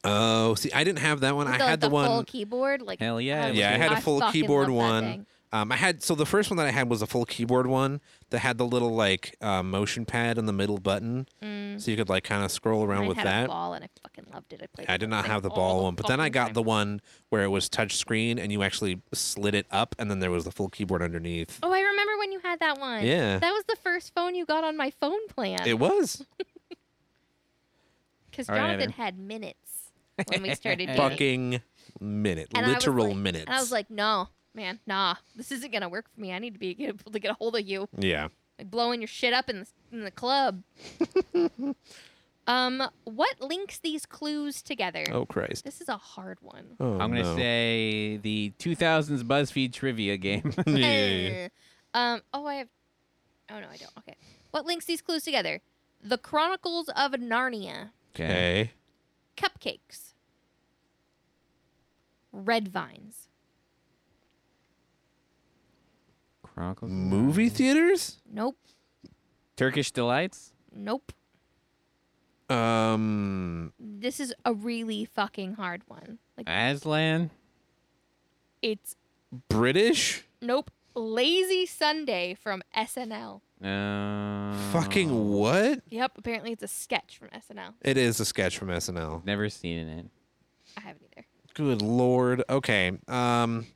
[SPEAKER 3] Oh, see, I didn't have that one.
[SPEAKER 2] With
[SPEAKER 3] I
[SPEAKER 2] the,
[SPEAKER 3] had the,
[SPEAKER 2] the full
[SPEAKER 3] one.
[SPEAKER 2] keyboard. Like
[SPEAKER 1] Hell yeah, it
[SPEAKER 2] was
[SPEAKER 1] was
[SPEAKER 3] Yeah, I
[SPEAKER 1] good.
[SPEAKER 3] had a full
[SPEAKER 2] fucking
[SPEAKER 3] keyboard
[SPEAKER 2] love that
[SPEAKER 3] one.
[SPEAKER 2] thing.
[SPEAKER 3] Um, I had so the first one that I had was a full keyboard one that had the little like uh, motion pad in the middle button,
[SPEAKER 2] Mm.
[SPEAKER 3] so you could like kind of scroll around
[SPEAKER 2] I
[SPEAKER 3] with
[SPEAKER 2] had
[SPEAKER 3] that.
[SPEAKER 2] a ball and I fucking loved it. I played.
[SPEAKER 3] I
[SPEAKER 2] with
[SPEAKER 3] did
[SPEAKER 2] that
[SPEAKER 3] not
[SPEAKER 2] thing
[SPEAKER 3] have the
[SPEAKER 2] all
[SPEAKER 3] ball one, but then I
[SPEAKER 2] fucking
[SPEAKER 3] got
[SPEAKER 2] time.
[SPEAKER 3] the one where it was touch screen and you actually slid it up and then there was the full keyboard underneath.
[SPEAKER 2] Oh, I remember when you had that one.
[SPEAKER 3] Yeah.
[SPEAKER 2] That was the first phone you got on my phone plan.
[SPEAKER 3] It was.
[SPEAKER 2] Because
[SPEAKER 1] All right,
[SPEAKER 2] Jonathan
[SPEAKER 1] Heather.
[SPEAKER 2] had minutes when
[SPEAKER 1] <laughs>
[SPEAKER 2] we started dating.
[SPEAKER 3] Fucking minute.
[SPEAKER 2] And I was
[SPEAKER 3] literal
[SPEAKER 2] like-
[SPEAKER 3] minutes.
[SPEAKER 2] And I was like, no, man, nah, this isn't gonna work for me. I need to be able to get a hold of you.
[SPEAKER 3] Yeah.
[SPEAKER 2] like blowing your shit up in the, in the
[SPEAKER 3] <laughs>
[SPEAKER 2] club. um, what links these clues together?
[SPEAKER 3] Oh Christ.
[SPEAKER 2] This is a hard one.
[SPEAKER 3] Oh,
[SPEAKER 1] I'm gonna
[SPEAKER 3] no.
[SPEAKER 1] say the 2000s BuzzFeed trivia game.
[SPEAKER 3] <laughs>
[SPEAKER 1] <laughs>
[SPEAKER 2] <laughs>
[SPEAKER 3] Yeah.
[SPEAKER 2] um, oh, I have. Oh no, I don't. Okay, what links these clues together? The Chronicles of Narnia,
[SPEAKER 3] okay.
[SPEAKER 2] cupcakes, red vines.
[SPEAKER 1] Chronicles. of
[SPEAKER 3] Movie
[SPEAKER 1] Narnia.
[SPEAKER 3] theaters?
[SPEAKER 2] Nope,
[SPEAKER 1] Turkish delights.
[SPEAKER 2] nope.
[SPEAKER 3] Um
[SPEAKER 2] This is a really fucking hard one. Like
[SPEAKER 3] Ah.
[SPEAKER 1] Aslan.
[SPEAKER 2] it's
[SPEAKER 3] British?
[SPEAKER 2] nope. Lazy Sunday from SNL.
[SPEAKER 1] Uh,
[SPEAKER 3] Fucking what?
[SPEAKER 2] Yep, apparently it's a sketch from SNL.
[SPEAKER 3] It is a sketch from SNL.
[SPEAKER 1] Never seen it.
[SPEAKER 2] I haven't either.
[SPEAKER 3] Good lord. Okay. Um.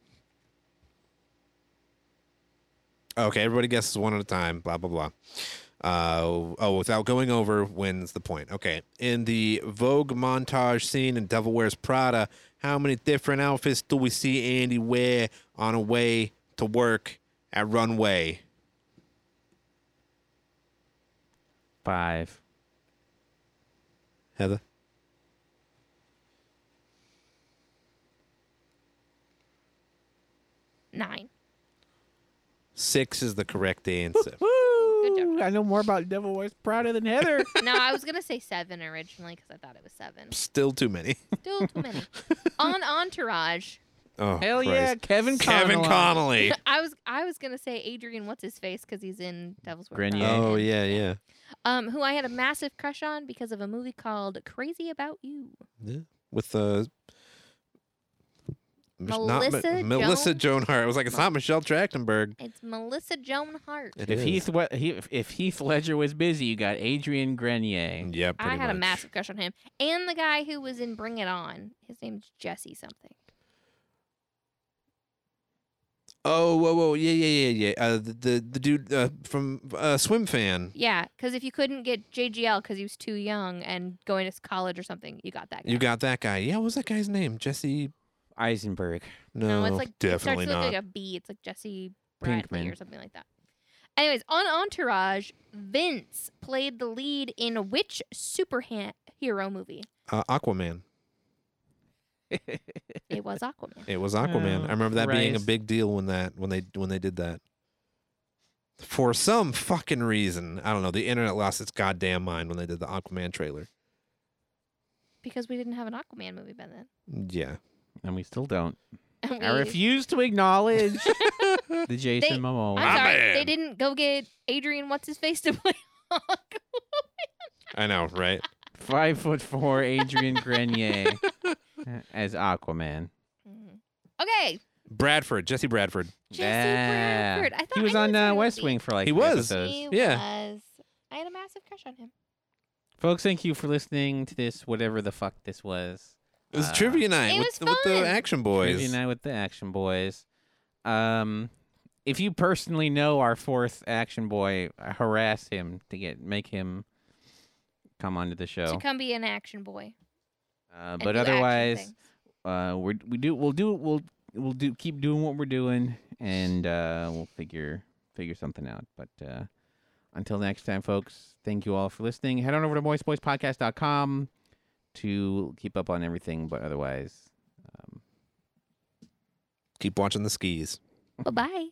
[SPEAKER 3] Okay, everybody guesses one at a time. Blah blah blah. Uh, oh, without going over wins the point. Okay. In the Vogue montage scene in Devil Wears Prada, how many different outfits do we see Andy wear on a way to work at runway?
[SPEAKER 1] Five.
[SPEAKER 3] Heather.
[SPEAKER 2] Nine.
[SPEAKER 3] Six is the correct answer.
[SPEAKER 1] Woo!
[SPEAKER 2] job.
[SPEAKER 1] I know more about Devil Wears Prada than Heather.
[SPEAKER 2] No, I was gonna say seven originally because I thought it was seven.
[SPEAKER 3] Still too many. <laughs>
[SPEAKER 2] Still too many. On Entourage,
[SPEAKER 3] Oh,
[SPEAKER 1] <laughs> Hell yeah,
[SPEAKER 3] Christ.
[SPEAKER 1] Kevin Connolly.
[SPEAKER 3] Kevin Connolly.
[SPEAKER 2] <laughs> I was I was gonna say Adrian, what's his face, because he's in Devil's Wear
[SPEAKER 1] Grenier.
[SPEAKER 2] <laughs> Prada.
[SPEAKER 3] Oh yeah, yeah.
[SPEAKER 2] Um, who I had a massive crush on because of a movie called Crazy About You.
[SPEAKER 3] Yeah. With uh Mich- not Mi-
[SPEAKER 2] Melissa
[SPEAKER 3] Melissa Joan Hart. I was like, it's not Michelle Trachtenberg.
[SPEAKER 2] It's Melissa Joan Hart.
[SPEAKER 3] It
[SPEAKER 1] If
[SPEAKER 3] is.
[SPEAKER 1] Heath, we- he, if Heath Ledger was busy, you got Adrian Grenier.
[SPEAKER 3] yeah,
[SPEAKER 2] I
[SPEAKER 3] pretty
[SPEAKER 2] had a
[SPEAKER 3] much.
[SPEAKER 2] massive crush on him, and the guy who was in Bring It On. His name's Jesse something.
[SPEAKER 3] Oh, whoa, whoa, yeah, yeah, yeah, yeah. Uh, the, the the dude uh, from uh, Swim Fan.
[SPEAKER 2] Yeah, because if you couldn't get JGL because he was too young and going to college or something, you got that. Guy.
[SPEAKER 3] You got that guy. Yeah, what was that guy's name? Jesse?
[SPEAKER 1] Eisenberg.
[SPEAKER 3] No,
[SPEAKER 2] No, it's like
[SPEAKER 3] definitely
[SPEAKER 2] it starts to
[SPEAKER 3] not.
[SPEAKER 2] look like a B. It's like Jesse Bradley
[SPEAKER 1] Pinkman.
[SPEAKER 2] or something like that. Anyways, on Entourage, Vince played the lead in which superhero movie?
[SPEAKER 3] uh, Aquaman.
[SPEAKER 2] It
[SPEAKER 1] <laughs>
[SPEAKER 2] was Aquaman.
[SPEAKER 3] It was Aquaman.
[SPEAKER 1] Oh,
[SPEAKER 3] I remember that being a
[SPEAKER 1] Christ.
[SPEAKER 3] big deal when that when they when they did that. For some fucking reason, I don't know. The internet lost its goddamn mind when they did the Aquaman trailer.
[SPEAKER 2] because we didn't have an Aquaman movie by then. <laughs>
[SPEAKER 3] Yeah.
[SPEAKER 1] <laughs> And we still don't.
[SPEAKER 2] And
[SPEAKER 1] I
[SPEAKER 2] we-
[SPEAKER 1] refuse to acknowledge
[SPEAKER 2] <laughs>
[SPEAKER 1] the
[SPEAKER 2] They-
[SPEAKER 1] Jason Momoa.
[SPEAKER 2] I'm sorry,
[SPEAKER 3] man.
[SPEAKER 2] they didn't go get Adrian. What's his face to play? <laughs> Aquaman.
[SPEAKER 3] I know, right?
[SPEAKER 1] Five foot four Adrian Grenier
[SPEAKER 2] <laughs>
[SPEAKER 1] as Aquaman.
[SPEAKER 2] Mhm.
[SPEAKER 1] Mm-hmm.
[SPEAKER 2] okay,
[SPEAKER 3] Bradford, Jesse Bradford.
[SPEAKER 2] Jesse
[SPEAKER 1] Yeah.
[SPEAKER 2] Bradford. I thought
[SPEAKER 1] he was
[SPEAKER 2] I
[SPEAKER 1] on
[SPEAKER 2] knew this
[SPEAKER 1] uh,
[SPEAKER 2] movie.
[SPEAKER 1] West Wing for like
[SPEAKER 3] He
[SPEAKER 1] three
[SPEAKER 3] was.
[SPEAKER 1] episodes.
[SPEAKER 2] He
[SPEAKER 3] Yeah.
[SPEAKER 2] was. I had a massive crush on him.
[SPEAKER 1] Folks, thank you for listening to this, whatever the fuck this was.
[SPEAKER 3] It was
[SPEAKER 1] Uh,
[SPEAKER 3] trivia night
[SPEAKER 2] It
[SPEAKER 3] with,
[SPEAKER 2] was
[SPEAKER 3] with the
[SPEAKER 2] fun.
[SPEAKER 3] Action Boys.
[SPEAKER 1] Trivia night with the Action Boys. Um, if you personally know our fourth Action Boy, harass him to get make him come onto the show.
[SPEAKER 2] To come be an action boy.
[SPEAKER 1] Uh,
[SPEAKER 2] and
[SPEAKER 1] but
[SPEAKER 2] do action
[SPEAKER 1] otherwise,
[SPEAKER 2] things.
[SPEAKER 1] uh, we we do we'll do we'll we'll do keep doing what we're doing, and uh, we'll figure figure something out. But uh, until next time, folks, thank you all for listening. Head on over to moistboyspodcast.com to keep up on everything. But otherwise, um,
[SPEAKER 3] Keep watching the skis.
[SPEAKER 2] bye bye.